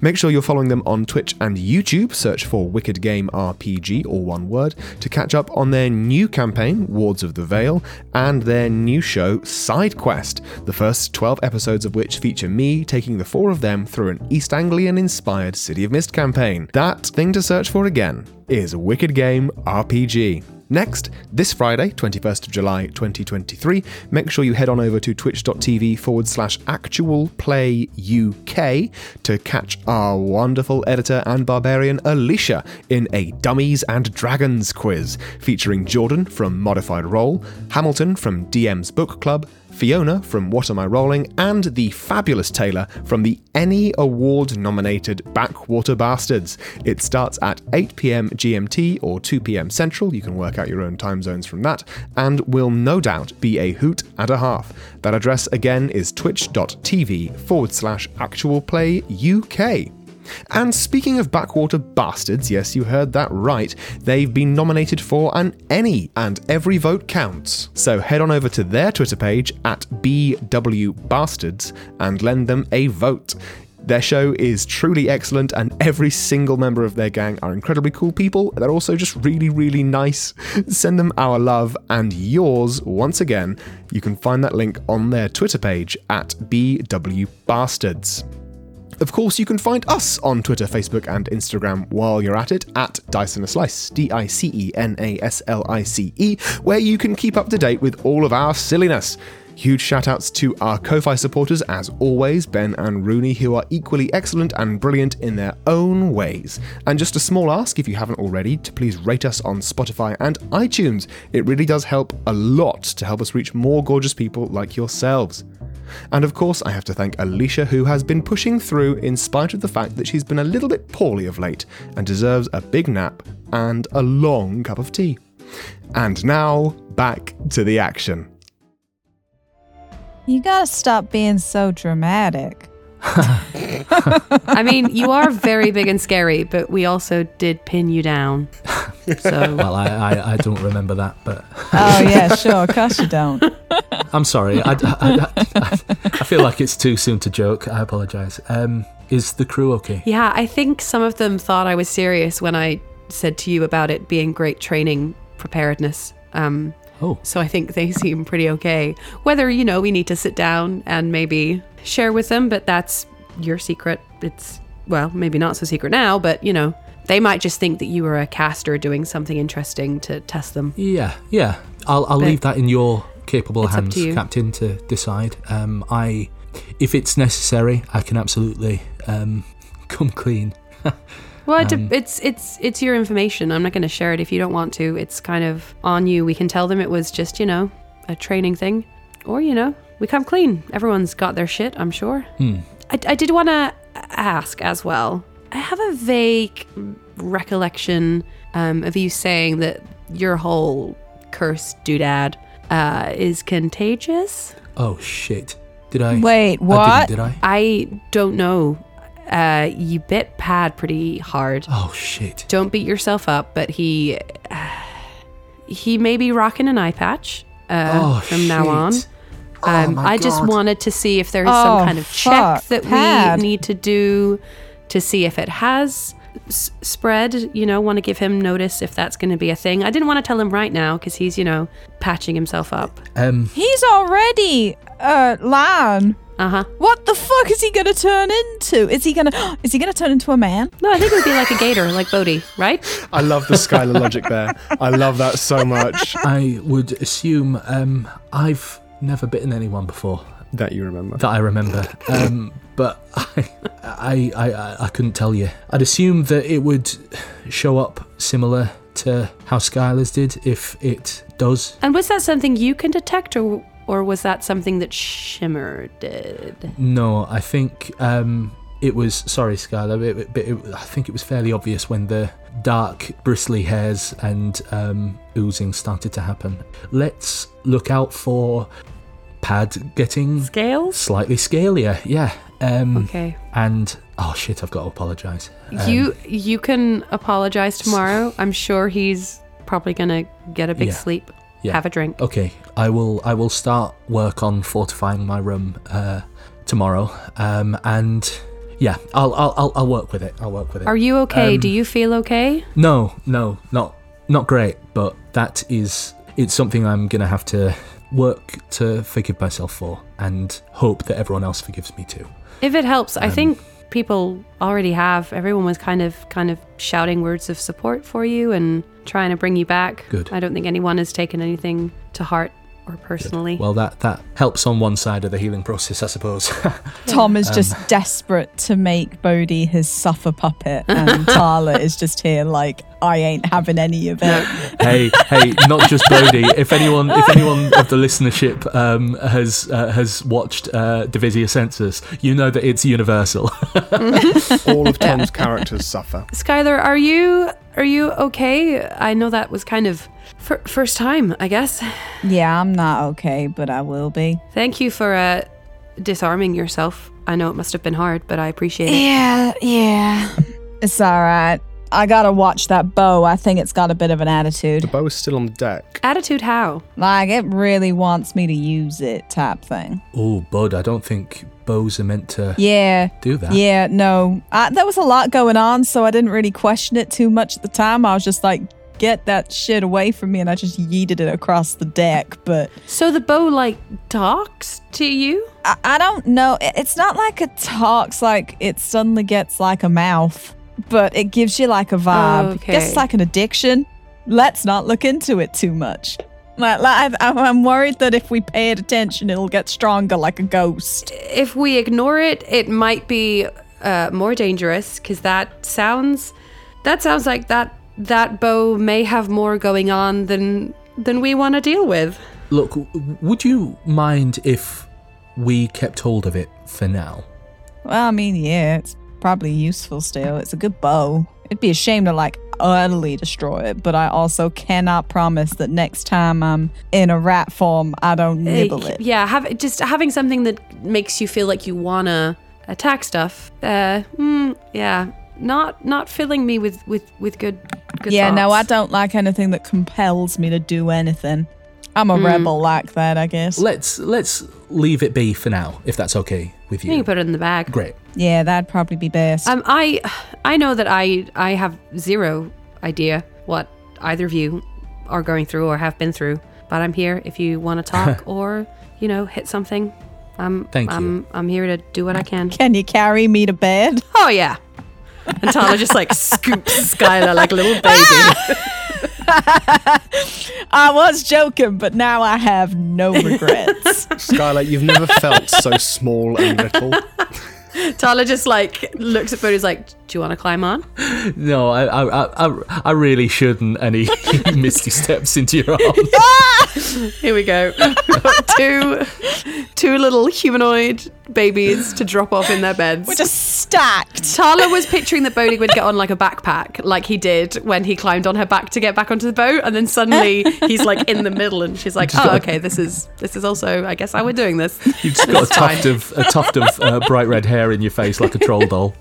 Make sure you're following them on Twitch and YouTube. Search for Wicked Game RPG, all one word, to catch up on their new campaign, Wards of the Veil, and their new show, Side Quest, the first 12 episodes of which feature me taking the four of them through an East Anglian inspired City of Mist campaign. That thing to search for again is Wicked Game RPG. Next, this Friday, 21st of July 2023, make sure you head on over to twitch.tv forward slash actual play UK to catch our wonderful editor and barbarian Alicia in a Dummies and Dragons quiz featuring Jordan from Modified Roll, Hamilton from DM's Book Club, Fiona from What Am I Rolling, and the fabulous Taylor from the Any Award nominated Backwater Bastards. It starts at 8 pm GMT or 2 pm Central, you can work out your own time zones from that, and will no doubt be a hoot and a half. That address again is twitch.tv forward slash actualplay UK. And speaking of backwater bastards, yes, you heard that right. They've been nominated for an Emmy, and every vote counts. So head on over to their Twitter page at BW Bastards and lend them a vote. Their show is truly excellent, and every single member of their gang are incredibly cool people. They're also just really, really nice. Send them our love and yours once again. You can find that link on their Twitter page at BW Bastards. Of course, you can find us on Twitter, Facebook, and Instagram while you're at it at Dyson a Slice, D I C E N A S L I C E, where you can keep up to date with all of our silliness. Huge shout outs to our Ko fi supporters, as always, Ben and Rooney, who are equally excellent and brilliant in their own ways. And just a small ask, if you haven't already, to please rate us on Spotify and iTunes. It really does help a lot to help us reach more gorgeous people like yourselves. And of course, I have to thank Alicia, who has been pushing through in spite of the fact that she's been a little bit poorly of late and deserves a big nap and a long cup of tea. And now, back to the action.
You gotta stop being so dramatic.
I mean, you are very big and scary, but we also did pin you down.
*laughs*
So
well, I, I, I don't remember that, but
Oh *laughs* yeah, sure, of course you don't.
I'm sorry. I, I, I, I feel like it's too soon to joke. I apologise. Um, is the crew okay?
yeah, I think some of them thought I was serious when I said to you about it being great training preparedness. Um,
Oh,
So I think they seem pretty okay. Whether, you know, we need to sit down and maybe share with them, but that's your secret. It's, well, maybe not so secret now, but, you know, they might just think that you were a caster doing something interesting to test them.
yeah, yeah. I'll, I'll leave that in your capable
It's up
hands,
to you.
Captain, to decide. Um, I, if it's necessary, I can absolutely um, *laughs* come clean.
Well, it de- it's it's it's your information. I'm not going to share it if you don't want to. It's kind of on you. We can tell them it was just, you know, a training thing, or you know, we come clean. Everyone's got their shit. I'm sure. I, I did want to ask as well. I have a vague recollection um, of you saying that your whole curse doodad uh, is contagious.
Oh shit! Did I?
Wait,
I
what?
didn't, did I?
I don't know. Uh, you bit Pad pretty hard.
Oh shit!
Don't beat yourself up, but he he may be rocking an eye patch uh,
Oh,
from now on.
shit. Oh
Um,
my
I just
God.
wanted to see if there is
Oh,
some kind of
fuck,
check that
Pad.
we need to do to see if it has s- spread. You know, want to give him notice if that's going to be a thing. I didn't want to tell him right now because he's you know patching himself up.
Um,
He's already uh lion.
Uh huh.
What the fuck is he gonna turn into? Is he gonna *gasps* is he gonna turn into a man?
No, I think it would be like a gator, like Bodhi, right?
I love the Skylar logic there. I love that so much.
I would assume um, I've never bitten anyone before
That you remember.
that I remember, um, but I, I, I, I- I couldn't tell you. I'd assume that it would show up similar to how Skylar's did, if it does.
And was that something you can detect, or or was that something that Shimmer did?
No, I think um, it was. Sorry, Skylar, it- it- but it, I think it was fairly obvious when the dark, bristly hairs and um, oozing started to happen. Let's look out for pad getting
Scales.
slightly scalier. Yeah. Um,
Okay.
And oh shit, I've got to apologise.
you you can apologize tomorrow. I'm sure he's probably gonna get a big
Yeah.
sleep,
Yeah. Oh.
have a drink.
Okay, I will. I will start work on fortifying my room uh, tomorrow. Um, and yeah, I'll, I'll I'll I'll work with it. I'll work with it.
Are you okay?
Um,
Do you feel okay?
No, no, not not great, but that is it's something I'm gonna have to work to forgive myself for and hope that everyone else forgives me too.
If it helps,
um,
I think people already have. Everyone was kind of kind of shouting words of support for you and trying to bring you back.
Good.
I don't think anyone has taken anything to heart or personally.
Well that that helps on one side of the healing process, I suppose. *laughs*
Tom is just desperate to make Bodhi his suffer puppet, *laughs* and Tala is just here like, I ain't having any of it.
hey, hey, not just Bodhi. If anyone if anyone of the listenership um, has uh, has watched uh Divisia Census, you know that it's universal. *laughs*
All of Tom's characters suffer.
Skylar, are you are you okay? I know that was kind of fir- first time, I guess.
Yeah, I'm not okay, but I will be.
Thank you for uh, disarming yourself. I know it must have been hard, but I appreciate it.
Yeah, yeah. It's all right. I gotta watch that bow. I think it's got a bit of an attitude.
Bo's still on deck.
Attitude how?
Like, it really wants me to use it type thing.
oh, Bud, I don't think bows are meant to
Yeah.
do that.
Yeah, no. I, there was a lot going on, so I didn't really question it too much at the time. I was just like, get that shit away from me, and I just yeeted it across the deck. But
So the bow like talks to you?
I, I don't know. It- It's not like it talks like it suddenly gets like a mouth, but it gives you like a vibe. I guess
Okay.
it's like an addiction. Let's not look into it too much. Like, like I've- I'm I'm worried that if we pay it attention, it'll get stronger like a ghost.
If we ignore it, it might be uh, more dangerous because that sounds that sounds like that that bow may have more going on than than we want to deal with.
Look, w- would you mind if we kept hold of it for now?
Well, I mean, yeah, it's probably useful still. It's a good bow. It'd be a shame to like utterly destroy it, but I also cannot promise that next time I'm in a rat form, I don't nibble
Uh,
it.
Yeah, have, just having something that makes you feel like you wanna attack stuff. Uh, mm, yeah, not not filling me with with with good. good
yeah, no, I
thoughts.
don't like anything that compels me to do anything. I'm a
Hmm.
rebel like that, I guess.
Let's let's leave it be for now, if that's okay with
You
you.
can put it in the bag.
Great.
yeah, that'd probably be best.
Um, I I know that I I have zero idea what either of you are going through or have been through, but I'm here if you
*laughs*
want to talk or you know hit something. I'm
Thank you.
Um,
I'm I'm here to do what I can.
Can you carry me to bed? *laughs*
Oh yeah. And Tala just like scoops Skylar like
*laughs*
a little
Ah!
baby.
I was joking, but now I have
*laughs*
no regrets.
Skylar, you've never felt so small and little.
Tala just like looks at Bodhi's like, Do you want to climb on?
No, I I, I- I, I really
*laughs*
shouldn't. Any *laughs* misty steps into your arms.
Here we go. *laughs* two two little humanoid babies to drop off in their beds.
Just stacked.
Tala was picturing that Bodhi would get on like a backpack, like he did when he climbed on her back to get back onto the boat, and then suddenly he's like in the middle, and she's like, "Oh, okay, this is this is also, I guess, how we're doing this."
You've just got a tuft of a tuft of uh, bright red hair in your face like a troll doll.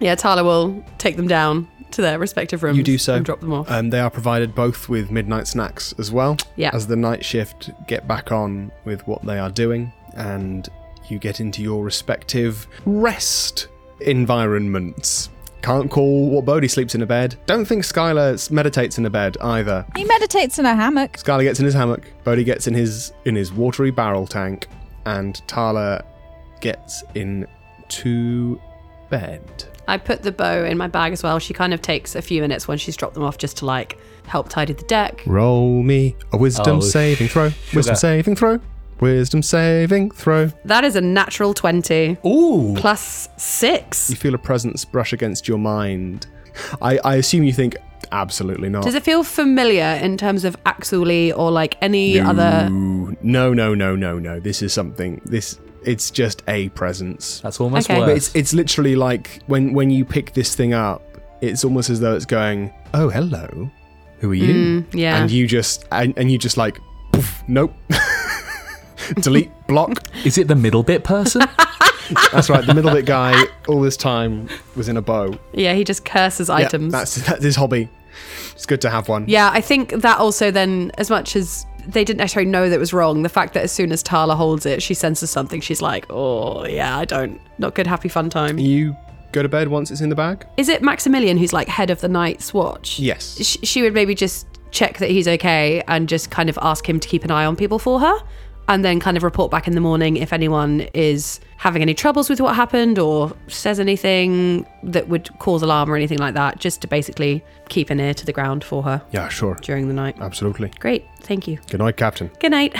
Yeah, Tala will take them down to their respective rooms.
You do so.
And drop them off.
Um, they are provided both with midnight snacks as well.
Yeah.
As the night shift get back on with what they are doing, and you get into your respective rest environments. Can't call what Bodhi sleeps in a bed. Don't think Skylar s- meditates in a bed either.
He meditates in a hammock.
Skylar gets in his hammock. Bodhi gets in his in his watery barrel tank, and Tala gets in to bed.
I put the bow in my bag as well. She kind of takes a few minutes when she's dropped them off just to like help tidy the deck.
Roll me a wisdom
Oh,
saving throw. Wisdom saving throw. Wisdom saving throw.
That is a natural 20
Ooh.
plus 6.
You feel a presence brush against your mind. I, I assume you think, absolutely not.
Does it feel familiar in terms of actually or like any other?
Ooh, no, no, no, no, no. This is something. This it's just a presence.
That's almost
Okay.
worse.
But it's it's literally like when when you pick this thing up, it's almost as though it's going, "Oh, hello, who are you?"
Mm, yeah.
and you just and, and you just like, poof, nope, *laughs* delete, block,
Is it the middle
*laughs*
bit person?
That's right. The middle bit guy all this time was in a bow.
Yeah, he just curses
Yeah,
items.
that's that's his hobby. It's good to have one.
Yeah, I think that also then, as much as they didn't necessarily know that it was wrong, the fact that as soon as Tala holds it, she senses something, she's like, oh, yeah, I don't. Not good, happy, fun time.
You go to bed once it's in the bag.
Is it Maximilian who's like head of the Night's Watch?
Yes.
Sh- she would maybe just check that he's okay and just kind of ask him to keep an eye on people for her and then kind of report back in the morning if anyone is having any troubles with what happened or says anything that would cause alarm or anything like that, just to basically keep an ear to the ground for her
Yeah, sure.
during the night.
Absolutely.
Great, thank you.
Good night, Captain.
Good night.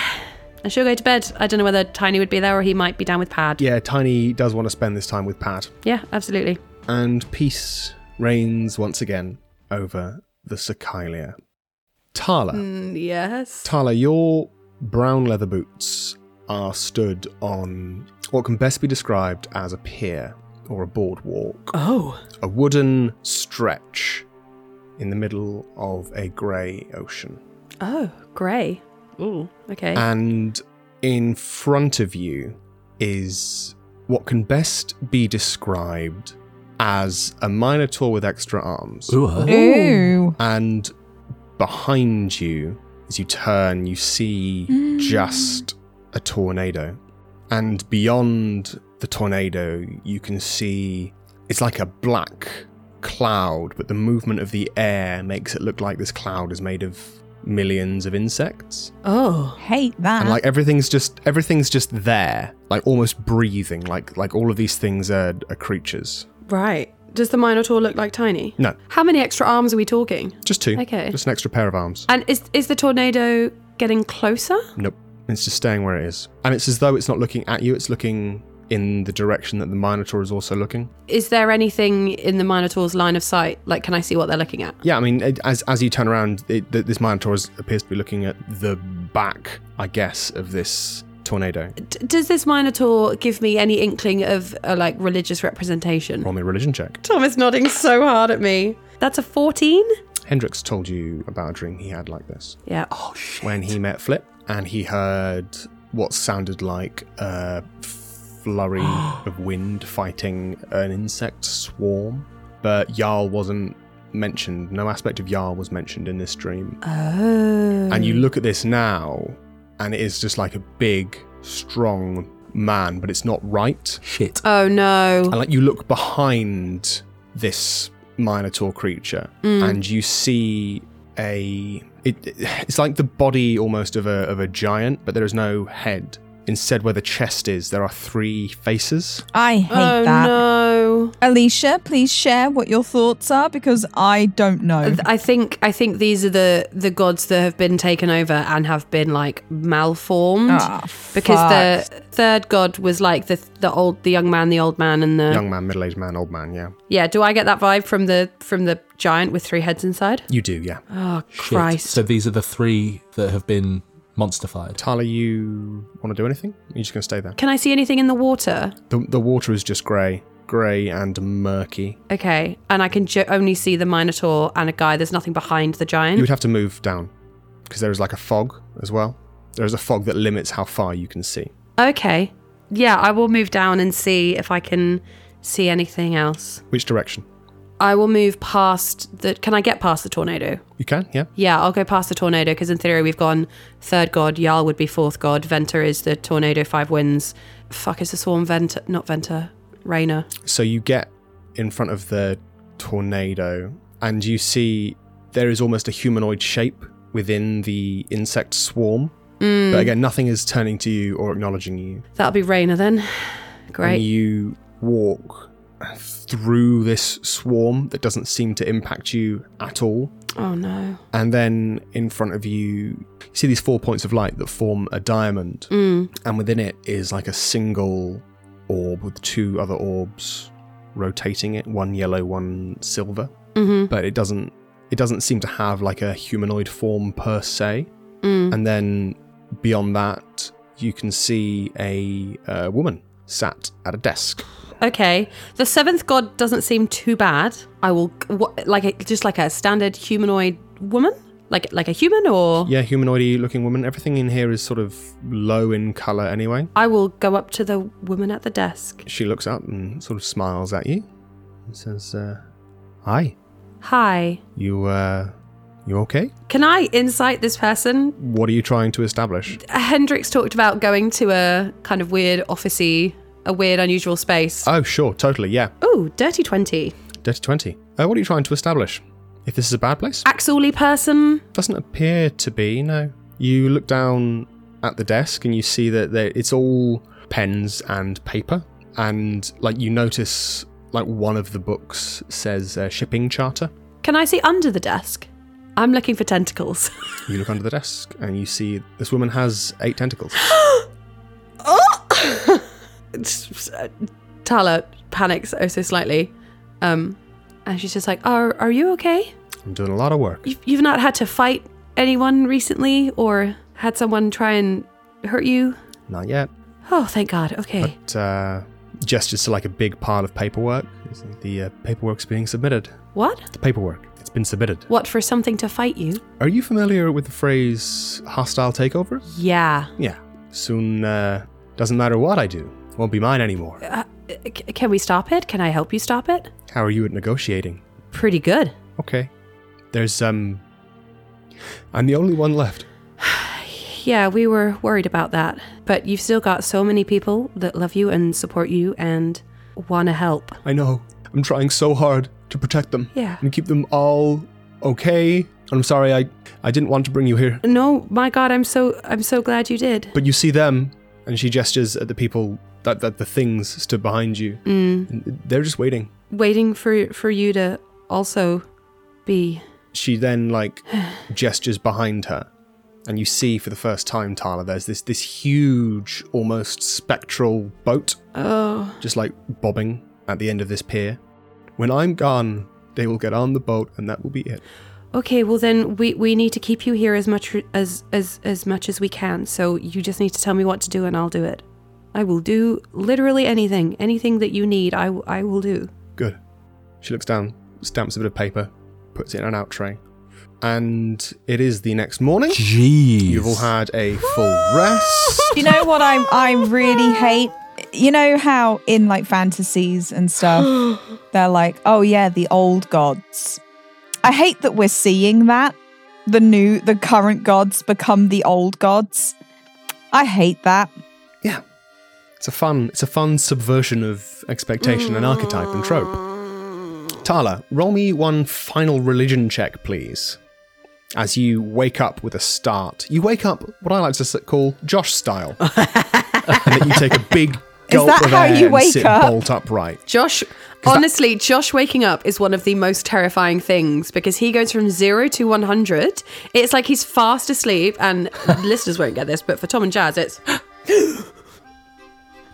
And she'll go to bed. I don't know whether Tiny would be there or he might be down with Pad.
Yeah, Tiny does want to spend this time with Pat.
yeah absolutely.
And peace reigns once again over the Sakalia. Tala.
Mm, Yes.
Tala, your brown leather boots are stood on what can best be described as a pier or a boardwalk.
Oh.
a wooden stretch in the middle of a grey ocean.
Oh, grey. Ooh, okay.
And in front of you is what can best be described as a minotaur with extra arms.
Ooh, uh, huh?
Ooh.
And behind you, as you turn, you see just a tornado. And beyond the tornado, you can see it's like a black cloud, but the movement of the air makes it look like this cloud is made of millions of insects.
oh.
Hate that.
And like everything's just everything's just there, like almost breathing, like like all of these things are, are creatures.
Right. Does the Minotaur look like Tiny?
No,
How many extra arms are we talking?
just two.
Okay.
Just an extra pair of arms.
And is is the tornado getting closer?
Nope. It's just staying where it is. And it's as though it's not looking at you, it's looking in the direction that the Minotaur is also looking.
Is there anything in the Minotaur's line of sight? Like, can I see what they're looking at?
Yeah, I mean, it, as, as you turn around, it, th- this Minotaur is, appears to be looking at the back, I guess, of this tornado.
D- does this Minotaur give me any inkling of uh, like religious representation?
Roll me a religion check.
Tom is nodding so hard at me. That's a fourteen.
Hendrix told you about a dream he had like this
Yeah. Oh shit.
when he met Flip and he heard what sounded like a flurry of wind fighting an insect swarm. But Jarl wasn't mentioned, no aspect of Jarl was mentioned in this dream.
Oh.
And you look at this now, and it is just like a big, strong man, but it's not right.
Shit.
Oh no.
And like you look behind this minotaur creature, and you see a. It, it's like the body almost of a of a giant, but there is no head. Instead, where the chest is, there are three faces.
I hate
Oh
that.
no.
Alicia, please share what your thoughts are because I don't know.
Th- I think I think these are the the gods that have been taken over and have been like malformed
Ah,
because the third god was like the the old the young man the old man and the
Young man, middle aged man, old man. Yeah,
yeah do I get that vibe from the from the giant with three heads inside
you do. Yeah,
oh
Shit.
Christ
So these are the three that have been monsterfied.
Tyler, you want to do anything? You're just going to stay there.
Can I see anything in the water?
The, the water is just grey, grey and murky.
Mm. Okay, and I can ju- only see the Minotaur and a guy. There's nothing behind the
You
giant.
would have to move down because there is like a fog as well. There is a fog that limits how far you can see.
Okay, yeah, I will move down and see if I can see anything else.
Which direction?
I will move past the. Can I get past the tornado?
You can, yeah.
Yeah, I'll go past the tornado because in theory we've gone third god, Jarl would be fourth god, Venter is the tornado, five winds. Fuck, is the swarm Venter? Not Venter, Rainer.
So you get in front of the tornado and you see there is almost a humanoid shape within the insect swarm. But again, nothing is turning to you or acknowledging you.
That'll be Rainer then. *sighs* Great.
And you walk through this swarm that doesn't seem to impact you at all.
oh no.
And then in front of you, you see these four points of light that form a diamond. And within it is like a single orb with two other orbs rotating it, one yellow, one silver. But it doesn't it doesn't seem to have like a humanoid form per se. And then beyond that, you can see a uh, woman sat at a desk.
Okay, the seventh god doesn't seem too bad. I will what, like a, just like a standard humanoid woman, like like a human or
Yeah, humanoid looking woman. Everything in here is sort of low in color anyway.
I will go up to the woman at the desk.
She looks up and sort of smiles at you and says, uh, "Hi,
Hi,
you. Uh, you okay?
can I incite this person?
What are you trying to establish?
Hendrix talked about going to a kind of weird officey, a weird unusual space.
Oh, sure, totally, yeah.
Ooh, Oh, dirty twenty.
Dirty twenty. Uh, what are you trying to establish? If this is a bad place,
Axoli person.
doesn't appear to be. No. You look down at the desk and you see that there, it's all pens and paper, and like you notice, like one of the books says uh, shipping charter.
Can I see under the desk? I'm looking for tentacles. *laughs*
You look under the desk and you see this woman has eight tentacles.
Tala panics oh so slightly, um, and she's just like, "Are are you okay?
I'm doing a lot of work.
You've, you've not had to fight anyone recently, or had someone try and hurt you?
Not yet.
Oh, thank God. Okay,
But uh, gestures to like a big pile of paperwork. The uh, paperwork's being submitted.
what?
The paperwork. It's been submitted.
What for something to fight you?
Are you familiar with the phrase hostile takeover?
Yeah.
Yeah. Soon, uh, doesn't matter what I do, won't be mine anymore.
C- can we stop it? Can I help you stop it?
How are you at negotiating?
Pretty good.
Okay. There's, um. I'm the only one left.
Yeah, we were worried about that, but you've still got so many people that love you and support you and want to help.
I know. I'm trying so hard to protect them.
Yeah.
And keep them all okay. I'm sorry, I, I didn't want to bring you here.
No, my God, I'm so I'm so glad you did.
But you see them, and she gestures at the people that, that the things stood behind you. Mm. They're just waiting.
waiting for for you to also be
She then like *sighs* gestures behind her, and you see for the first time, Tyler. There's this this huge, almost spectral boat,
oh
just like bobbing at the end of this pier. When I'm gone, they will get on the boat, and that will be it.
okay well then we we need to keep you here as much as as as much as we can so you just need to tell me what to do and i'll do it i will do literally anything anything that you need i, w- I will do
Good. She looks down, stamps a bit of paper, puts it in an out tray, and it is the next morning.
Jeez.
You've all had a full rest.
*laughs* You know what I I really hate? You know how in like fantasies and stuff, they're like, oh yeah, the old gods. I hate that we're seeing that. The new, the current gods become the old gods. I hate that.
yeah it's a fun it's a fun subversion of expectation and archetype and trope tala roll me one final religion check please as you wake up with a start you wake up what i like to s- call josh
*laughs*
style and then you take a big
Is
gulp
that
of
how
air
you
and
wake
sit
up?
bolt upright
josh honestly josh waking up is one of the most terrifying things because he goes from 0 to 100 it's like he's *laughs* fast asleep and listeners won't get this but for tom and jazz it's *gasps*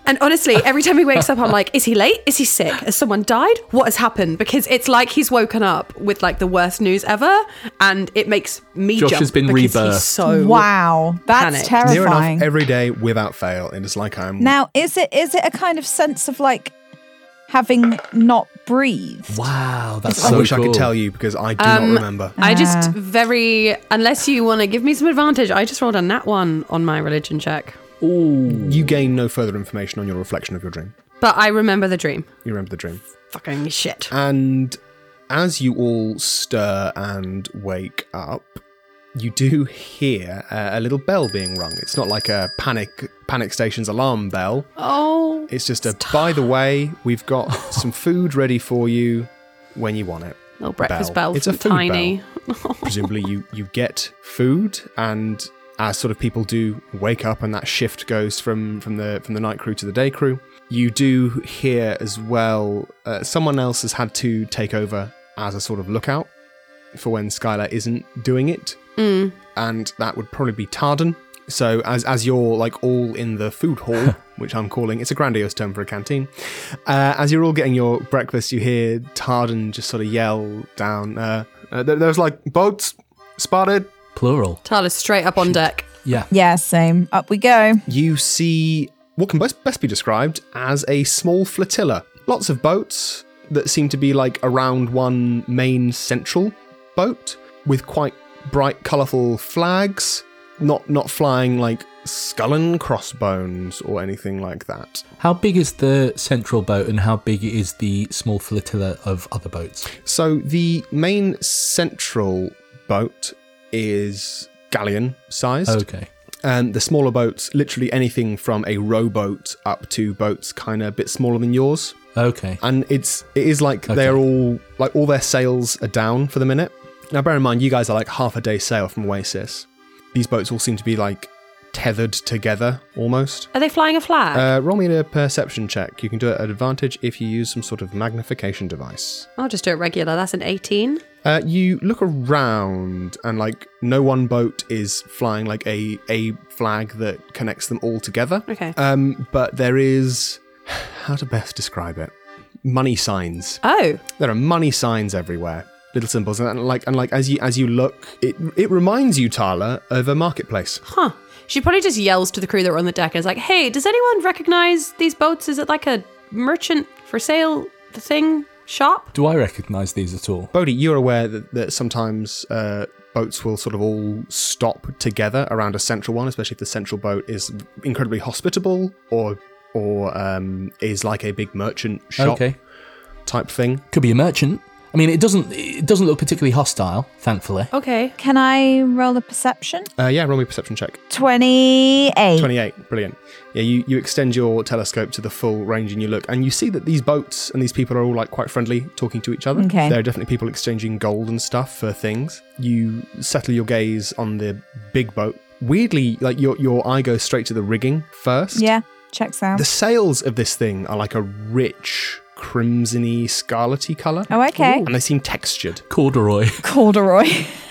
And honestly, every time he wakes up, I'm like, is he late? Is he sick? Has someone died? What has happened? Because it's like he's woken up with like the worst news ever, and it makes me.
Josh
jump
has been
because he's
rebirthed.
So
Wow, that's
Oh, Panicked.
Near
terrifying.
enough every day without fail. And it's like I'm.
Now, is it is it a kind of sense of like having not breathed?
Wow, that's
I
so
wish I
cool.
could tell you because I do
Um,
not remember.
I just very, unless you want to give me some advantage, I just rolled a nat one on my religion check.
um,
You gain no further information on your reflection of your dream.
But I remember the dream.
You remember the dream.
Fucking shit.
And as you all stir and wake up, you do hear uh, a little bell being rung. It's not like a panic panic station's alarm bell.
Oh.
It's just a by the way, we've got some food ready for you when you want it.
Little breakfast
bell.
bell,
It's a
from
food
tiny.
Presumably you you get food and as sort of people do wake up and that shift goes from from the from the night crew to the day crew. You do hear as well uh, someone else has had to take over as a sort of lookout for when Skylar isn't doing it. And that would probably be Tardan. So as as you're like all in the food hall, which I'm calling, it's a grandiose term for a canteen. Uh, as you're all getting your breakfast, you hear Tardan just sort of yell down. Uh, uh, there- there's like boats spotted.
Plural.
Tal is straight up on deck.
Yeah.
Yeah, same. Up we go.
You see what can best, best be described as a small flotilla. Lots of boats that seem to be like around one main central boat with quite bright, colourful flags. Not not flying like skull and crossbones or anything like that.
How big is the central boat and how big is the small flotilla of other boats?
So the main central boat is galleon sized.
Okay.
and the smaller boats, literally anything from a rowboat up to boats kind of a bit smaller than yours.
Okay.
And it's it is like they're all like all their sails are down for the minute. Now bear in mind you guys are like half a day sail from Oasis. These boats all seem to be like tethered together almost.
Are they flying a flag?
Uh, roll me a perception check. You can do it at advantage if you use some sort of magnification device.
I'll just do it regular. That's an 18.
Uh, you look around, and like no one boat is flying like a a flag that connects them all together.
Okay.
Um, but there is *sighs* how to best describe it? Money signs.
Oh.
There are money signs everywhere. Little symbols, and like and like as you as you look, it it reminds you, Tala, of a marketplace.
Huh. She probably just yells to the crew that were on the deck and is like, hey, does anyone recognize these boats? Is it like a merchant for sale thing shop?
Do I recognise these at all?
Bodhi, you're aware that, that sometimes uh, boats will sort of all stop together around a central one, especially if the central boat is incredibly hospitable or or um, is like a big merchant shop
Okay.
type thing.
Could be a merchant. I mean, it doesn't it doesn't look particularly hostile, thankfully.
Okay.
Can I roll a perception?
Uh, yeah, roll me a perception check.
28.
28, brilliant. Yeah, you, you extend your telescope to the full range and you look, and you see that these boats and these people are all like quite friendly, talking to each other.
Okay.
There are definitely people exchanging gold and stuff for things. You settle your gaze on the big boat. Weirdly, like your, your eye goes straight to the rigging first.
Yeah, checks out.
The sails of this thing are like a rich crimsony, scarlety colour.
Oh, okay.
And they seem textured.
*laughs* Corduroy.
Corduroy.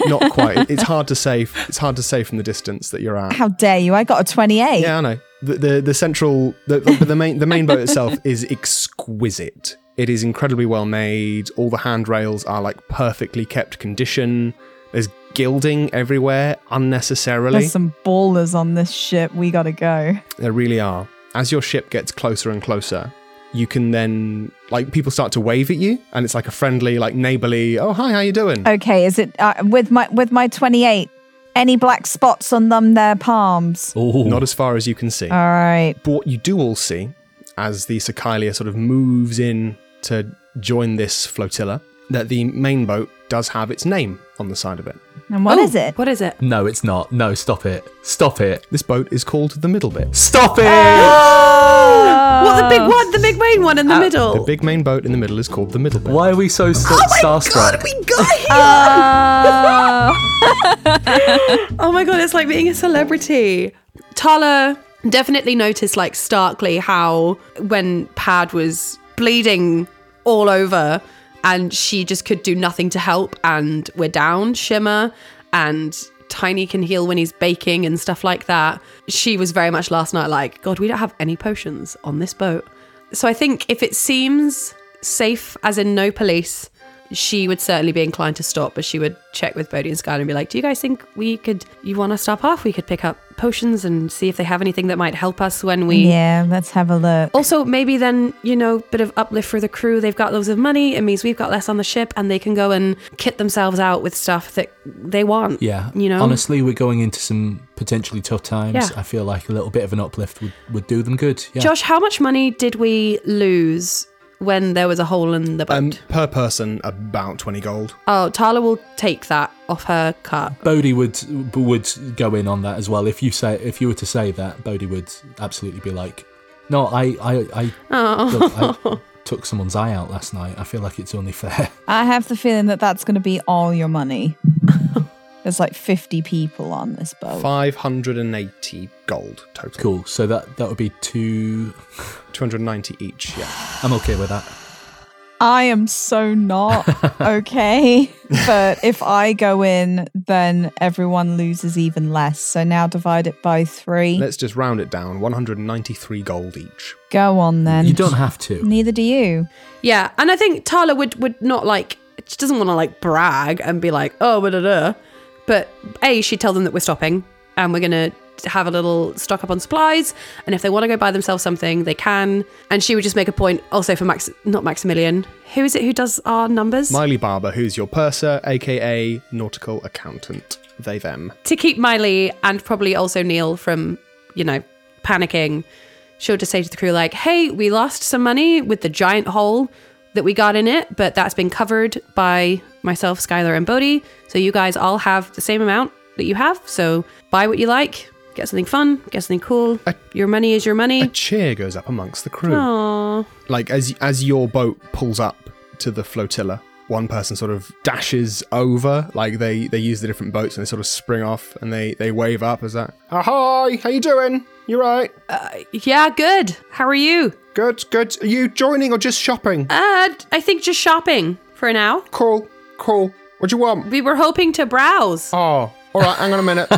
Not
*laughs*
quite. it's hard to say. It's hard to say from the distance that you're at.
How dare you? I got a 28.
Yeah, I know. The the, the central the, the, the main the main boat itself *laughs* is exquisite. It is incredibly well made. All the handrails are like perfectly kept condition. There's gilding everywhere unnecessarily.
There's some ballers on this ship. We gotta go.
There really are. As your ship gets closer and closer, you can then like people start to wave at you and it's like a friendly like neighborly, "Oh, hi, how you doing?"
Okay, is it uh, with my with my 28? Any black spots on them? Their palms.
Oh,
Not as far as you can see.
All right.
But what you do all see as the Sicalia sort of moves in to join this flotilla, that the main boat does have its name on the side of it.
And what
Oh,
is it?
What is it?
no, it's not. No, stop it. Stop it.
This boat is called the Middle Bit.
Stop it.
Oh! What, the big one? The big main one in the middle?
The big main boat in the middle is called the Middle Bit.
Why are we so st-
Oh
starstruck?
we got here!
Uh,
oh my god, it's like being a celebrity. Tala definitely noticed, like, starkly how when Pad was bleeding all over and she just could do nothing to help, and we're down, Shimmer, and Tiny can heal when he's baking and stuff like that. She was very much last night like, God, we don't have any potions on this boat. So I think if it seems safe, as in no police, she would certainly be inclined to stop, but she would check with Bodhi and Skylar and be like, Do you guys think we could, you want to stop off? We could pick up potions and see if they have anything that might help us when we
*laughs* Yeah, let's have a look.
also, maybe then, you know, bit of uplift for the crew. They've got loads of money. It means we've got less on the ship and they can go and kit themselves out with stuff that they want.
Yeah.
You know?
Honestly, we're going into some potentially tough times.
Yeah.
I feel like a little bit of an uplift would, would do them good. Yeah.
Josh, how much money did we lose when there was a hole in the boat?
Um, per person, about 20 gold.
oh, Tala will take that off her cut.
Bodhi would would go in on that as well. If you say if you were to say that, Bodhi would absolutely be like, "No, I I I,
Oh. *laughs*
look, I took someone's eye out last night. I feel like it's only fair." *laughs*
I have the feeling that that's going to be all your money. *laughs* There's like 50 people on this boat.
580 gold total.
Cool. So that that would be two.
290 each, yeah.
I'm okay with that.
I am so
*laughs*
not okay. But if I go in, then everyone loses even less. So now divide it by 3
Let's just round it down 193 gold each.
go on then.
you don't have to.
Neither do you.
Yeah. And I think Tala would, would not like, she doesn't want to like brag and be like, oh, blah, blah, blah. But A, she'd tell them that we're stopping and we're going to have a little stock up on supplies. And if they want to go buy themselves something, they can. And she would just make a point also for Max, not Maximilian. Who is it who does our numbers?
Miley Barber, who's your purser, aka nautical accountant. They, them.
to keep Miley and probably also Neil from, you know, panicking, she'll just say to the crew, like, hey, we lost some money with the giant hole that we got in it, but that's been covered by myself, Skylar, and Bodhi. So you guys all have the same amount that you have. So buy what you like, get something fun, get something cool. your money is your
A
money.
cheer goes up amongst the crew.
Aww.
Like, as, as your boat pulls up to the flotilla, one person sort of dashes over, like they, they use the different boats and they sort of spring off and they, they wave up as that. Ahoy! How you doing? You right?
Yeah, good. How are you?
Good, good. Are you joining or just shopping?
Uh, I think just shopping for now.
Cool, cool. What do you want?
We were hoping to browse.
oh all right hang on a minute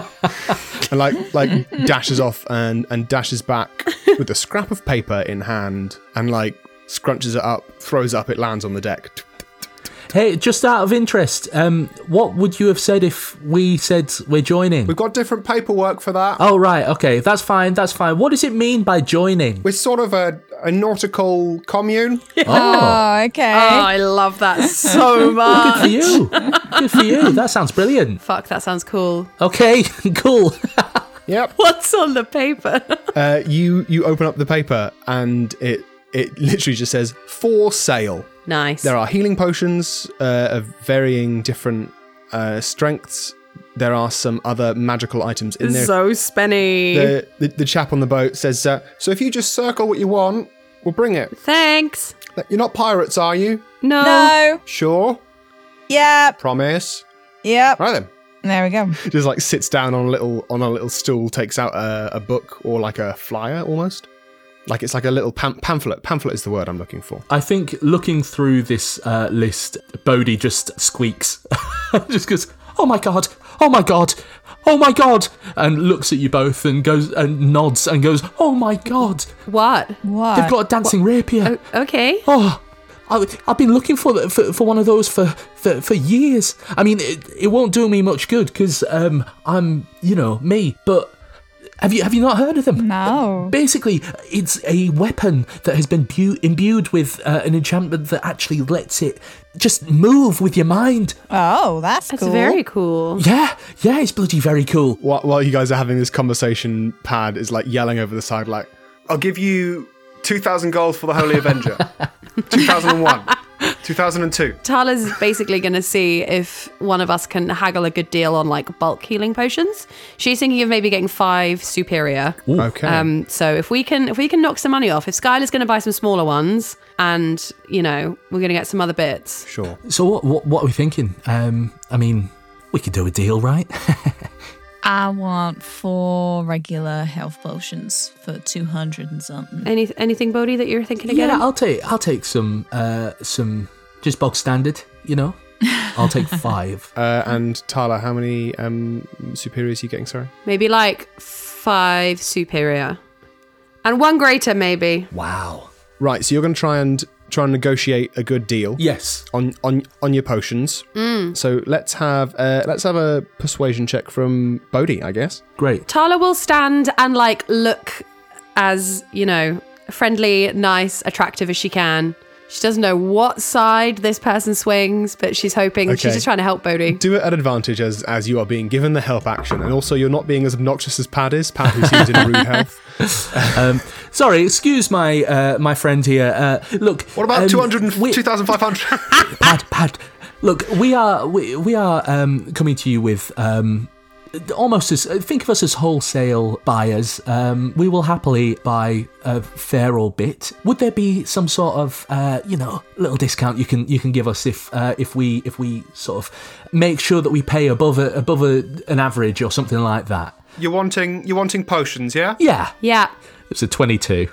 and like like dashes off and and dashes back with a scrap of paper in hand and like scrunches it up throws it up it lands on the deck
Hey, just out of interest, um, what would you have said if we said we're joining?
we've got different paperwork for that
Oh right, okay, that's fine, that's fine. What does it mean by joining?
we're sort of a, a nautical commune
*laughs*
Oh,
Oh, okay.
Oh, I love that so much.
good for you. Good for you. That sounds brilliant.
Fuck, that sounds cool. *laughs*
Okay, *laughs* cool.
yep
What's on the paper? *laughs*
uh, you you open up the paper and it it literally just says for sale
nice.
There are healing potions uh, of varying different uh, strengths. There are some other magical items in there.
so spenny.
the, the, the chap on the boat says, uh, So if you just circle what you want, we'll bring it.
Thanks.
You're not pirates, are you?
No.
No.
Sure.
Yep.
Promise.
Yep.
Right then.
There we go.
Just like sits down on a little on a little stool, takes out a, a book or like a flyer almost. Like it's like a little pam- pamphlet. Pamphlet is the word I'm looking for.
I think looking through this uh, list, Bodhi just squeaks, *laughs* just goes, "Oh my god! Oh my god! Oh my god!" and looks at you both and goes and nods and goes, "Oh my god!
What?
What?
They've got a dancing rapier.
Okay.
Oh, I, I've been looking for, the, for for one of those for for, for years. I mean, it, it won't do me much good because um, I'm you know me. But have you have you not heard of them?
No.
Basically, it's a weapon that has been bu- imbued with uh, an enchantment that actually lets it just move with your mind.
Oh, that's,
That's
cool.
very cool.
Yeah, yeah, it's bloody very cool.
While, while you guys are having this conversation, Pad is like yelling over the side, like, I'll give you 2,000 gold for the Holy Avenger. 2001. 2002.
Tala's basically going to see if one of us can haggle a good deal on like bulk healing potions. She's thinking of maybe getting five superior.
Okay.
Um, so if we can if we can knock some money off, if Skylar's going to buy some smaller ones, and you know we're going to get some other bits.
sure.
So what what, what are we thinking? Um, I mean, we could do a deal, right? *laughs*
I want four regular health potions for 200 and something.
Any anything, Bodhi, that you're thinking again?
Yeah, I'll take I'll take some uh some just bog standard, you know. I'll take five.
Uh, and Tala, how many um, superiors are you getting? Sorry.
Maybe like five superior. And one greater, maybe.
wow.
Right. So you're going to try and try and negotiate a good deal.
Yes.
On on on your potions.
Mm.
So let's have uh, let's have a persuasion check from Bodhi, I guess.
Great.
Tala will stand and like look as, you know, friendly, nice, attractive as she can. She doesn't know what side this person swings, but she's hoping
Okay.
she's just trying to help Bodhi.
Do it at advantage as as you are being given the help action, and also you're not being as obnoxious as Pad is. Pad who
*laughs*
seems in rude health.
Um, sorry, excuse my uh, my friend here. Uh, look.
What about
um,
two hundred
we-
and two thousand five hundred? *laughs*
Pat, Pat. Look, we are we, we are um, coming to you with um, almost as uh, think of us as wholesale buyers. Um, we will happily buy a fair old bit. Would there be some sort of uh, you know little discount you can you can give us if uh, if we if we sort of make sure that we pay above a, above a, an average or something like that?
You're wanting you're wanting potions, yeah?
Yeah,
Yeah.
it's a twenty-two.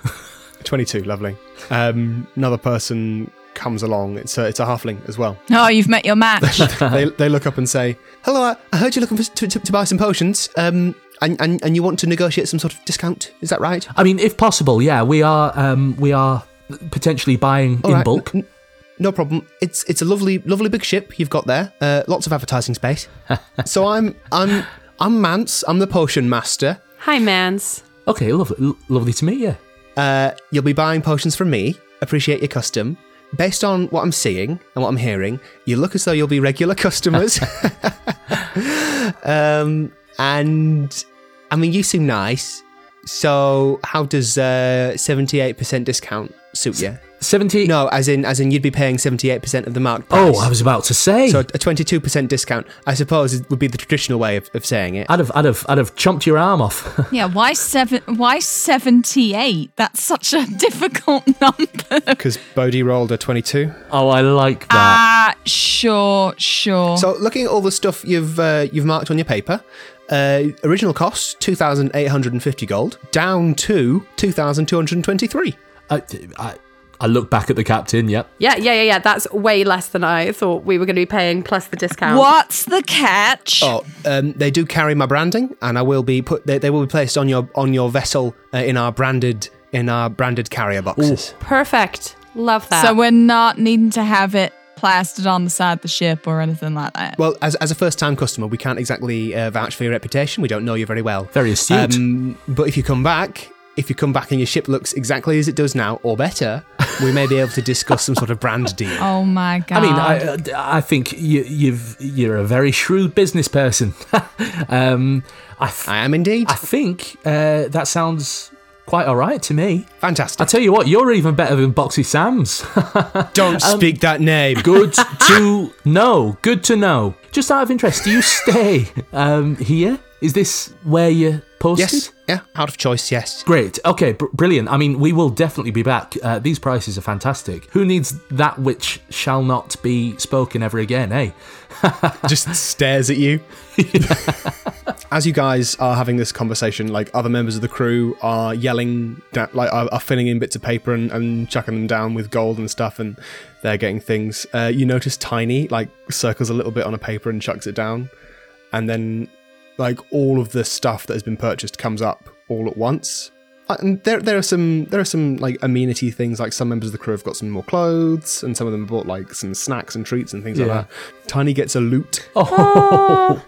22, lovely. Um, another person comes along. It's a, it's a halfling as
*laughs*
well.
Oh, you've met your match.
Uh-huh.
they, they look up and say, "Hello, I- I heard you're looking for, to, to, to buy some potions. Um, and, and and you want to negotiate some sort of discount? Is that right?
I mean, if possible, yeah, we are um, we are potentially buying
All
in
right,
bulk.
n- n- no problem. It's it's a lovely lovely big ship you've got there. Uh, lots of advertising
*laughs*
space. so I'm I'm I'm Mance. I'm the potion master.
Hi, Mans.
Okay, lovely, lo- lovely to meet you.
Uh, you'll be buying potions from me. Appreciate your custom. Based on what I'm seeing and what I'm hearing, you look as though you'll be regular
*laughs*
customers. um, and I mean, you seem nice. So, how does uh, 78% discount suit you?
70
No, as in, as in, you'd be paying 78% of the marked price.
oh i was about to say
so a 22% discount, I suppose, is- would be the traditional way of, of saying it.
i'd have i'd have i'd have chomped your arm off *laughs*
Yeah, why seven? Why seventy-eight? That's such a *laughs* difficult number.
Because Bodhi rolled a 22.
oh i like
Ah,
that
sure, sure.
So, looking at all the stuff you've uh, you've marked on your paper, uh, original cost two thousand eight hundred and fifty gold, down to two thousand two hundred and twenty-three.
I, I i look back at the captain yep
Yeah, yeah, yeah, yeah. That's way less than I thought we were going to be paying plus the discount.
What's the catch?
Oh, um, they do carry my branding, and I will be put. They, they will be placed on your on your vessel uh, in our branded in our branded carrier boxes.
Perfect. Love that.
so we're not needing to have it plastered on the side of the ship or anything like that.
Well, as, as a first time customer, we can't exactly uh, vouch for your reputation. We don't know you very well.
very astute
Um, but if you come back, if you come back and your ship looks exactly as it does now, or *laughs* better, we may be able to discuss some sort of brand deal.
Oh my god.
I uh, mean, I, I- I think you, you've you're a very shrewd business person. *laughs* um, I, th-
I am indeed.
I think uh, that sounds quite all right to me. I
Fantastic.
tell you what, you're even better than Boxy Sam's. *laughs*
Don't speak that name.
Good to know. Good to know. Just out of interest, do you stay *laughs* um, here? Is this where you're posted?
Yes. Yeah. Out of choice. *laughs* Yes.
Great. Okay, br- brilliant. I mean, we will definitely be back. Uh, these prices are fantastic. Who needs that which shall not be spoken ever again, eh?
Just stares at you. As you guys are having this conversation, like other members of the crew are yelling, that, like are, are filling in bits of paper and, and chucking them down with gold and stuff, and they're getting things. Uh, you notice Tiny like circles a little bit on a paper and chucks it down, and then like all of the stuff that has been purchased comes up all at once. Uh, And there, there are some, there are some like amenity things. Like some members of the crew have got some more clothes, and some of them bought like some snacks and treats and things
Yeah.
like that. Tiny gets a loot.
um,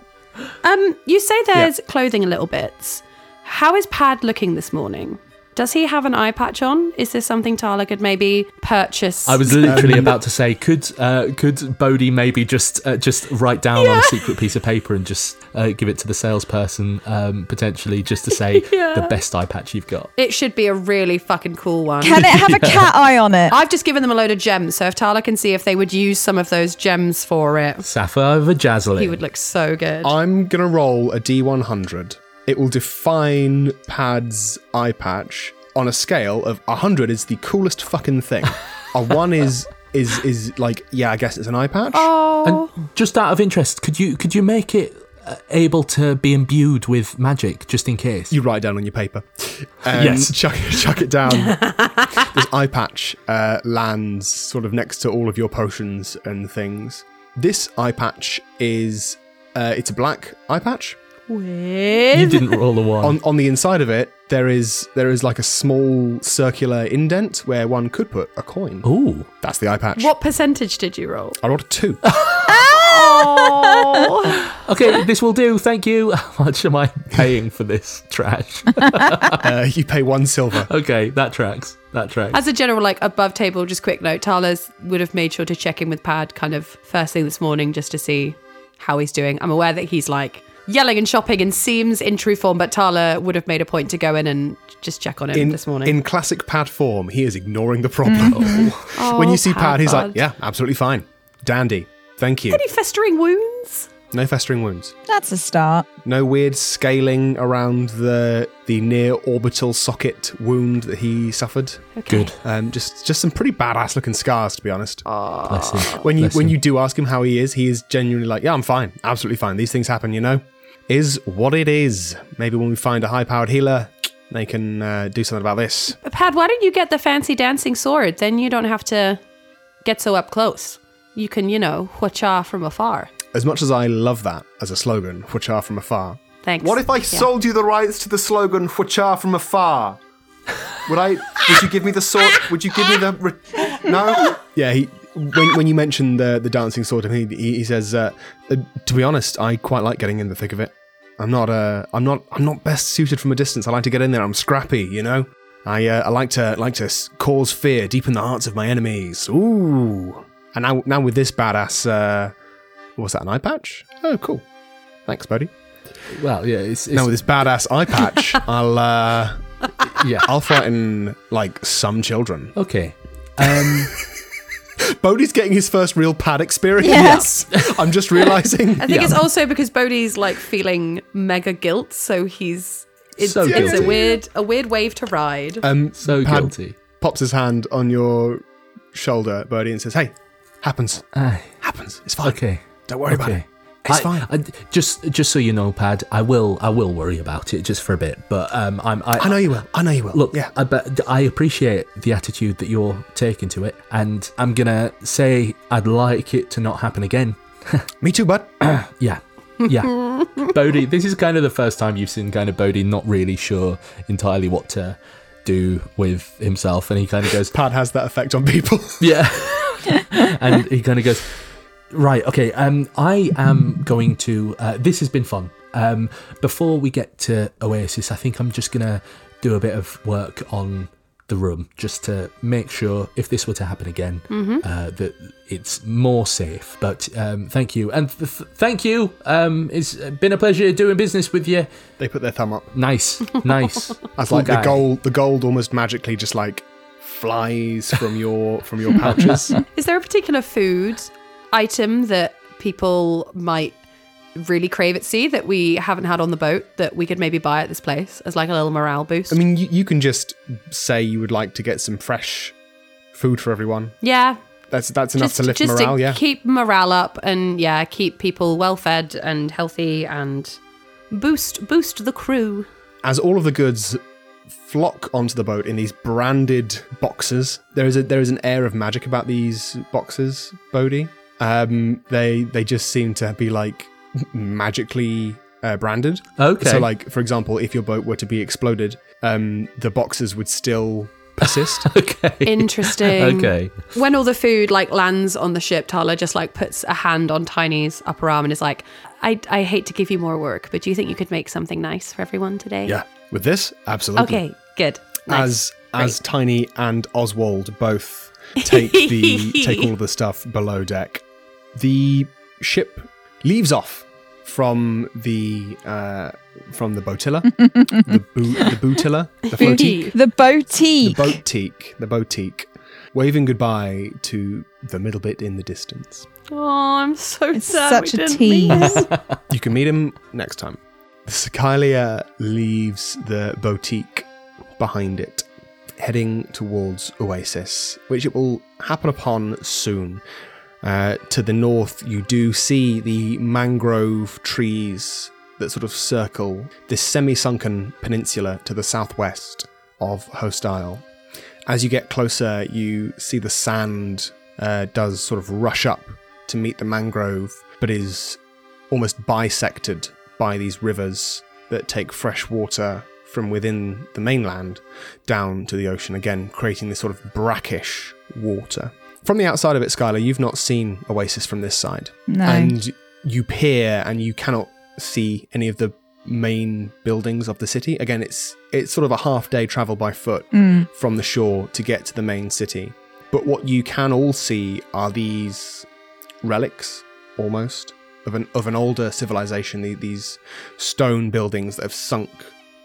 you say there's clothing a little bits. How is Pad looking this morning? Does he have an eye patch on? Is this something Tala could maybe purchase?
I was literally about to say, could uh, could Bodhi maybe just uh, just write down on a secret piece of paper and just uh, give it to the salesperson um, potentially just to say *laughs* the best eye patch you've got?
It should be a really fucking cool one.
Can it have a cat eye on it?
I've just given them a load of gems, so if Tala can see if they would use some of those gems for it,
Sapphire Vajazzling.
he would look so good.
Oh.
I'm gonna roll a D100. It will define Pad's eye patch on a scale of 100 is the coolest fucking thing. a one is is is like yeah, I guess it's an eye patch.
And just out of interest, could you could you make it uh, able to be imbued with magic just in case?
You write down on your paper. Um,
Yes.
chuck, chuck it down. this eye patch uh, lands sort of next to all of your potions and things, This eye patch is uh, it's a black eye patch.
You didn't roll a *laughs* one.
On on the inside of it, there is there is like a small circular indent where one could put a coin.
Ooh.
That's the eye patch.
What percentage did you roll?
I rolled a
*laughs*
two.
Ah! Okay, this will do. Thank you. *laughs* How much am I paying for this trash?
uh, you pay one silver.
okay, that tracks. That tracks.
As a general, like above table, just quick note, Tala's would have made sure to check in with Pad kind of first thing this morning just to see how he's doing. I'm aware that he's like yelling and shopping and seems in true form, but Tala would have made a point to go in and just check on him
In,
this morning.
in classic pad form, he is ignoring the problem. *laughs* when you see pad, he's like,
Mm-hmm. Oh, Pad.
yeah, absolutely fine. Dandy. Thank you.
Any festering wounds?
No festering wounds.
That's a start.
No weird scaling around the the near orbital socket wound that he suffered.
Good.
Um, just just some pretty badass looking scars, to be honest.
Bless him.
when you
Bless
when
him.
you do ask him how he is, he is genuinely like, "Yeah, I'm fine, absolutely fine. These things happen, you know. Is what it is. Maybe when we find a high powered healer, they can uh, do something about this.
Pad, why don't you get the fancy dancing sword? Then you don't have to get so up close. You can, you know, whacha from afar.
As much as I love that as a slogan, which are from afar.
Thanks.
What if I sold you the rights to the slogan "which are from afar"? Would I? Would you give me the sword? Would you give me the? Re- no. Yeah. He, when, when you mention the the dancing sword, he he, he says, uh, uh, "To be honest, I quite like getting in the thick of it. I'm not uh, I'm not I'm not best suited from a distance. I like to get in there. I'm scrappy, you know. I uh, I like to like to s- cause fear deep in the hearts of my enemies. Ooh. And now now with this badass, uh, what's that? An eye patch? Oh, cool. Thanks, buddy.
Well, yeah, it's, it's
Now with this badass eye
*laughs*
patch, I'll uh,
yeah.
I'll frighten like some children.
Okay. Um,
Bodhi's getting his first real pad experience. *laughs*
Yes.
I'm just
*laughs*
realizing.
I think it's also because Bodhi's like feeling mega guilt, so he's it's,
So
it's a
guilty.
weird a weird wave to ride.
Um,
so
Pad
guilty.
pops his hand on your shoulder, Bodhi, and says, "Hey, happens.
Aye.
Happens. It's fine.
Okay.
Don't worry about it. It's
I-
fine.
I- just, just so you know, Pad, I will, I will worry about it just for a bit. But um, I'm, I,
I know you will. I know you will.
Look,
yeah.
I bet I appreciate the attitude that you're taking to it, and I'm gonna say I'd like it to not happen again.
Me too, bud.
Yeah. Yeah. *laughs* Bodhi, this is kind of the first time you've seen kind of Bodhi not really sure entirely what to do with himself, and he kind of goes,
Pad has that effect on people. *laughs*
yeah. *laughs* and he kind of goes, right, okay, um, I am going to. Uh, this has been fun. Um, before we get to Oasis, I think I'm just going to do a bit of work on the room just to make sure if this were to happen again uh, that it's more safe but um, thank you and th- th- thank you um, it's been a pleasure doing business with you
they put their thumb up.
nice nice
As
Cool
like the
guy.
gold, the gold almost magically just like flies from your from
*laughs*
your pouches.
Is there a particular food item that people might really crave at sea that we haven't had on the boat that we could maybe buy at this place as like a little morale boost?
I mean, you, you can just say you would like to get some fresh food for everyone.
yeah.
That's that's enough
just
to lift
just
morale. yeah,
keep morale up and yeah, keep people well fed and healthy and boost boost the crew.
as all of the goods flock onto the boat in these branded boxes, there is a there is an air of magic about these boxes, Bodhi. Um, they they just seem to be like magically uh, branded.
Okay.
So like for example, if your boat were to be exploded, um, the boxes would still persist.
*laughs* okay
Interesting.
okay
When all the food like lands on the ship, Tala just like puts a hand on Tiny's upper arm and is like, I, I hate to give you more work, but do you think you could make something nice for everyone
*laughs*
today?
yeah, with this, absolutely.
Okay, good.
as
Nice.
as Tiny and Oswald both take the take all of the stuff below deck. The ship leaves off from the uh, from the boatilla, the, bo- the bootilla, the flotique,
The
the
boutique.
boatique, the boatique, waving goodbye to the middle bit in the distance.
oh, I'm so
It's
sad.
such
we
a
didn't meet
tease. *laughs*
him.
You can meet him next time. The Sicalia leaves the boutique behind it, heading towards Oasis, which it will happen upon soon. Uh, to the north, you do see the mangrove trees that sort of circle this semi sunken peninsula to the southwest of Host Isle. As you get closer, you see the sand uh, does sort of rush up to meet the mangrove, but is almost bisected by these rivers that take fresh water from within the mainland down to the ocean again, creating this sort of brackish water. From the outside of it, Skylar, you've not seen Oasis from this side.
No.
And you peer and you cannot see any of the main buildings of the city. Again, it's it's sort of a half day travel by foot
Mm.
from the shore to get to the main city. But what you can all see are these relics, almost, of an of an older civilization. The- These stone buildings that have sunk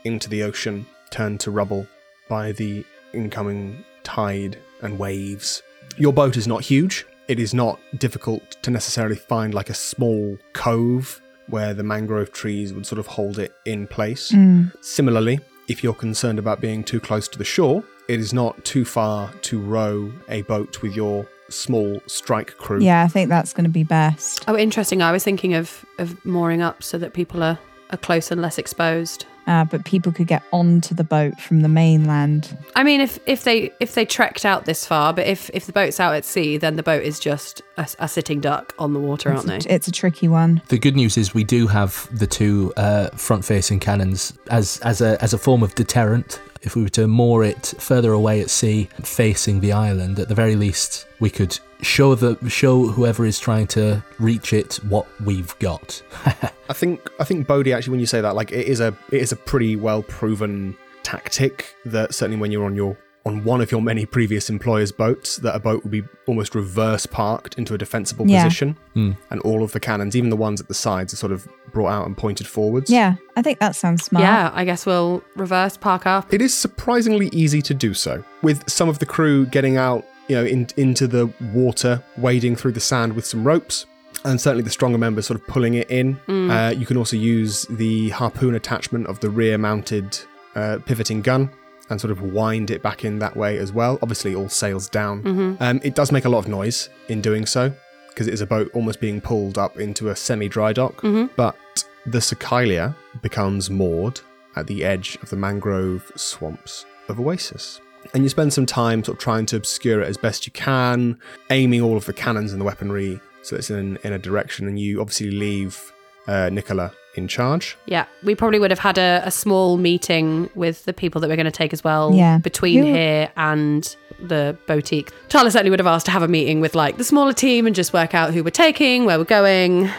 into the ocean, turned to rubble by the incoming tide and waves. Your boat is not huge. It is not difficult to necessarily find like a small cove where the mangrove trees would sort of hold it in place. Similarly, if you're concerned about being too close to the shore, it is not too far to row a boat with your small strike crew.
Yeah, I think that's going to be best.
Oh, interesting. I was thinking of of mooring up so that people are, are close and less exposed.
Uh, but people could get onto the boat from the mainland.
I mean, if if they if they trekked out this far, but if if the boat's out at sea, then the boat is just a, a sitting duck on the water, aren't they?
It's a tricky one.
The good news is we do have the two uh, front-facing cannons as as a as a form of deterrent. If we were to moor it further away at sea, facing the island, at the very least, we could show the show whoever is trying to reach it what we've got.
I think I think Bodhi actually when you say that like it is a it is a pretty well proven tactic that certainly when you're on your on one of your many previous employers' boats, that a boat would be almost reverse parked into a defensible
Yeah.
position, and all of the cannons, even the ones at the sides, are sort of brought out and pointed forwards.
Yeah, I think that sounds smart.
Yeah, I guess we'll reverse park up.
It is surprisingly easy to do so, with some of the crew getting out, you know, in, into the water, wading through the sand with some ropes, and certainly the stronger members sort of pulling it in. Uh, you can also use the harpoon attachment of the rear-mounted uh, pivoting gun and sort of wind it back in that way as well. Obviously, all sails down. Um, it does make a lot of noise in doing so because it is a boat almost being pulled up into a semi-dry dock. But the Sicalia becomes moored at the edge of the mangrove swamps of Oasis. And you spend some time sort of trying to obscure it as best you can, aiming all of the cannons and the weaponry so it's in, in a direction. And you obviously leave uh, Nicola in charge.
Yeah, we probably would have had a, a small meeting with the people that we're going to take as well
Yeah.
between
Who-
here and the boutique. Tyler certainly would have asked to have a meeting with like the smaller team and just work out who we're taking, where we're going,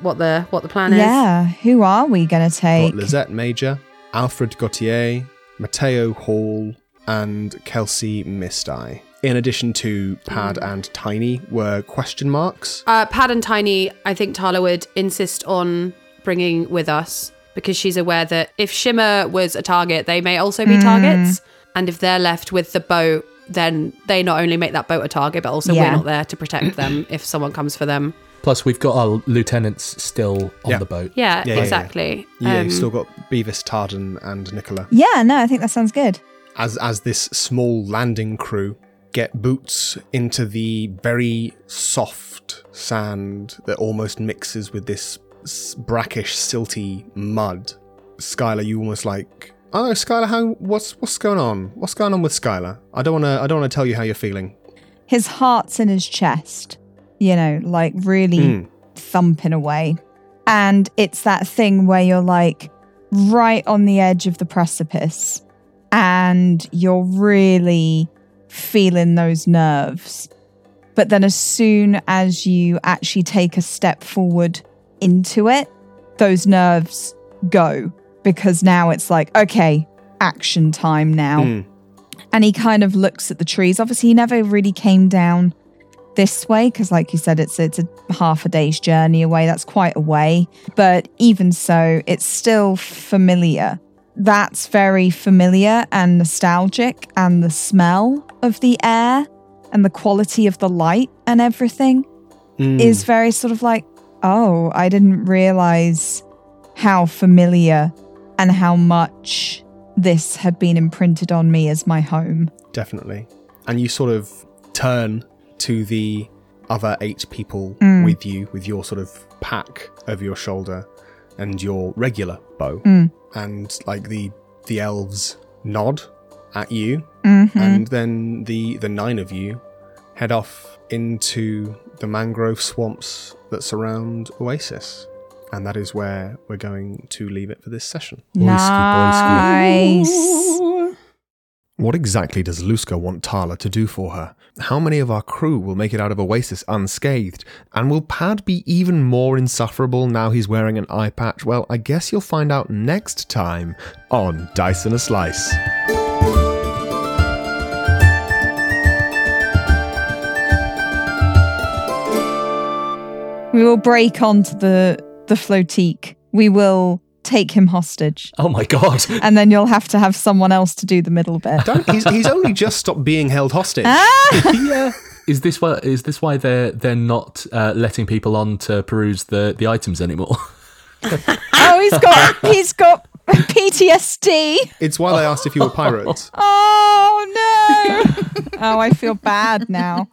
what the what the plan is.
Yeah, who are we going to
Got
take?
Lizette Major, Alfred Gautier, Matteo Hall, and Kelsey Misty. In addition to Pad and Tiny were question marks.
Uh, Pad and Tiny, I think Tyler would insist on bringing with us because she's aware that if Shimmer was a target, they may also
Mm.
be targets. And if they're left with the boat, then they not only make that boat a target, but also we're
Yeah.
not there to protect them if someone comes for them.
Plus, we've got our lieutenants still on
Yeah.
the boat.
Yeah,
Yeah, yeah, yeah.
exactly.
Yeah,
Um,
you've still got Beavis, Tardan, and Nicola.
Yeah, no, I think that sounds good.
as as this small landing crew get boots into the very soft sand that almost mixes with this s- brackish silty mud skylar you almost like oh skylar how what's what's going on what's going on with skylar i don't want to i don't want to tell you how you're feeling
His heart's in his chest, you know, like really
Mm.
thumping away. And it's that thing where you're like right on the edge of the precipice and you're really feeling those nerves. But then as soon as you actually take a step forward into it, those nerves go because now it's like, okay, action time now
Mm.
and he kind of looks at the trees. Obviously, he never really came down this way because, like you said, it's it's a half a day's journey away. That's quite a way, but even so, it's still familiar. That's very familiar and nostalgic, and the smell of the air and the quality of the light and everything
Mm.
is very sort of like, oh, I didn't realize how familiar and how much this had been imprinted on me as my home.
definitely. And you sort of turn to the other eight people
Mm.
with you, with your sort of pack over your shoulder and your regular bow,
Mm.
and like the the elves nod at you,
Mm-hmm.
and then the the nine of you head off into the mangrove swamps that surround Oasis. And that is where we're going to leave it for this session.
Nice.
What exactly does Luska want Tala to do for her? How many of our crew will make it out of Oasis unscathed? And will Pad be even more insufferable now he's wearing an eye patch? Well, I guess you'll find out next time on Dice and a Slice.
We will break onto the the flotique. We will take him hostage,
Oh my god. *laughs*
and then you'll have to have someone else to do the
*laughs*
middle bit.
Don't, he's, he's only just stopped being held hostage.
yeah. Is this why? Is this why they're they're not uh, letting people on to peruse the, the items anymore? *laughs*
oh, he's got he's got PTSD.
It's why I asked if you were pirates.
Oh no! oh, I feel bad now.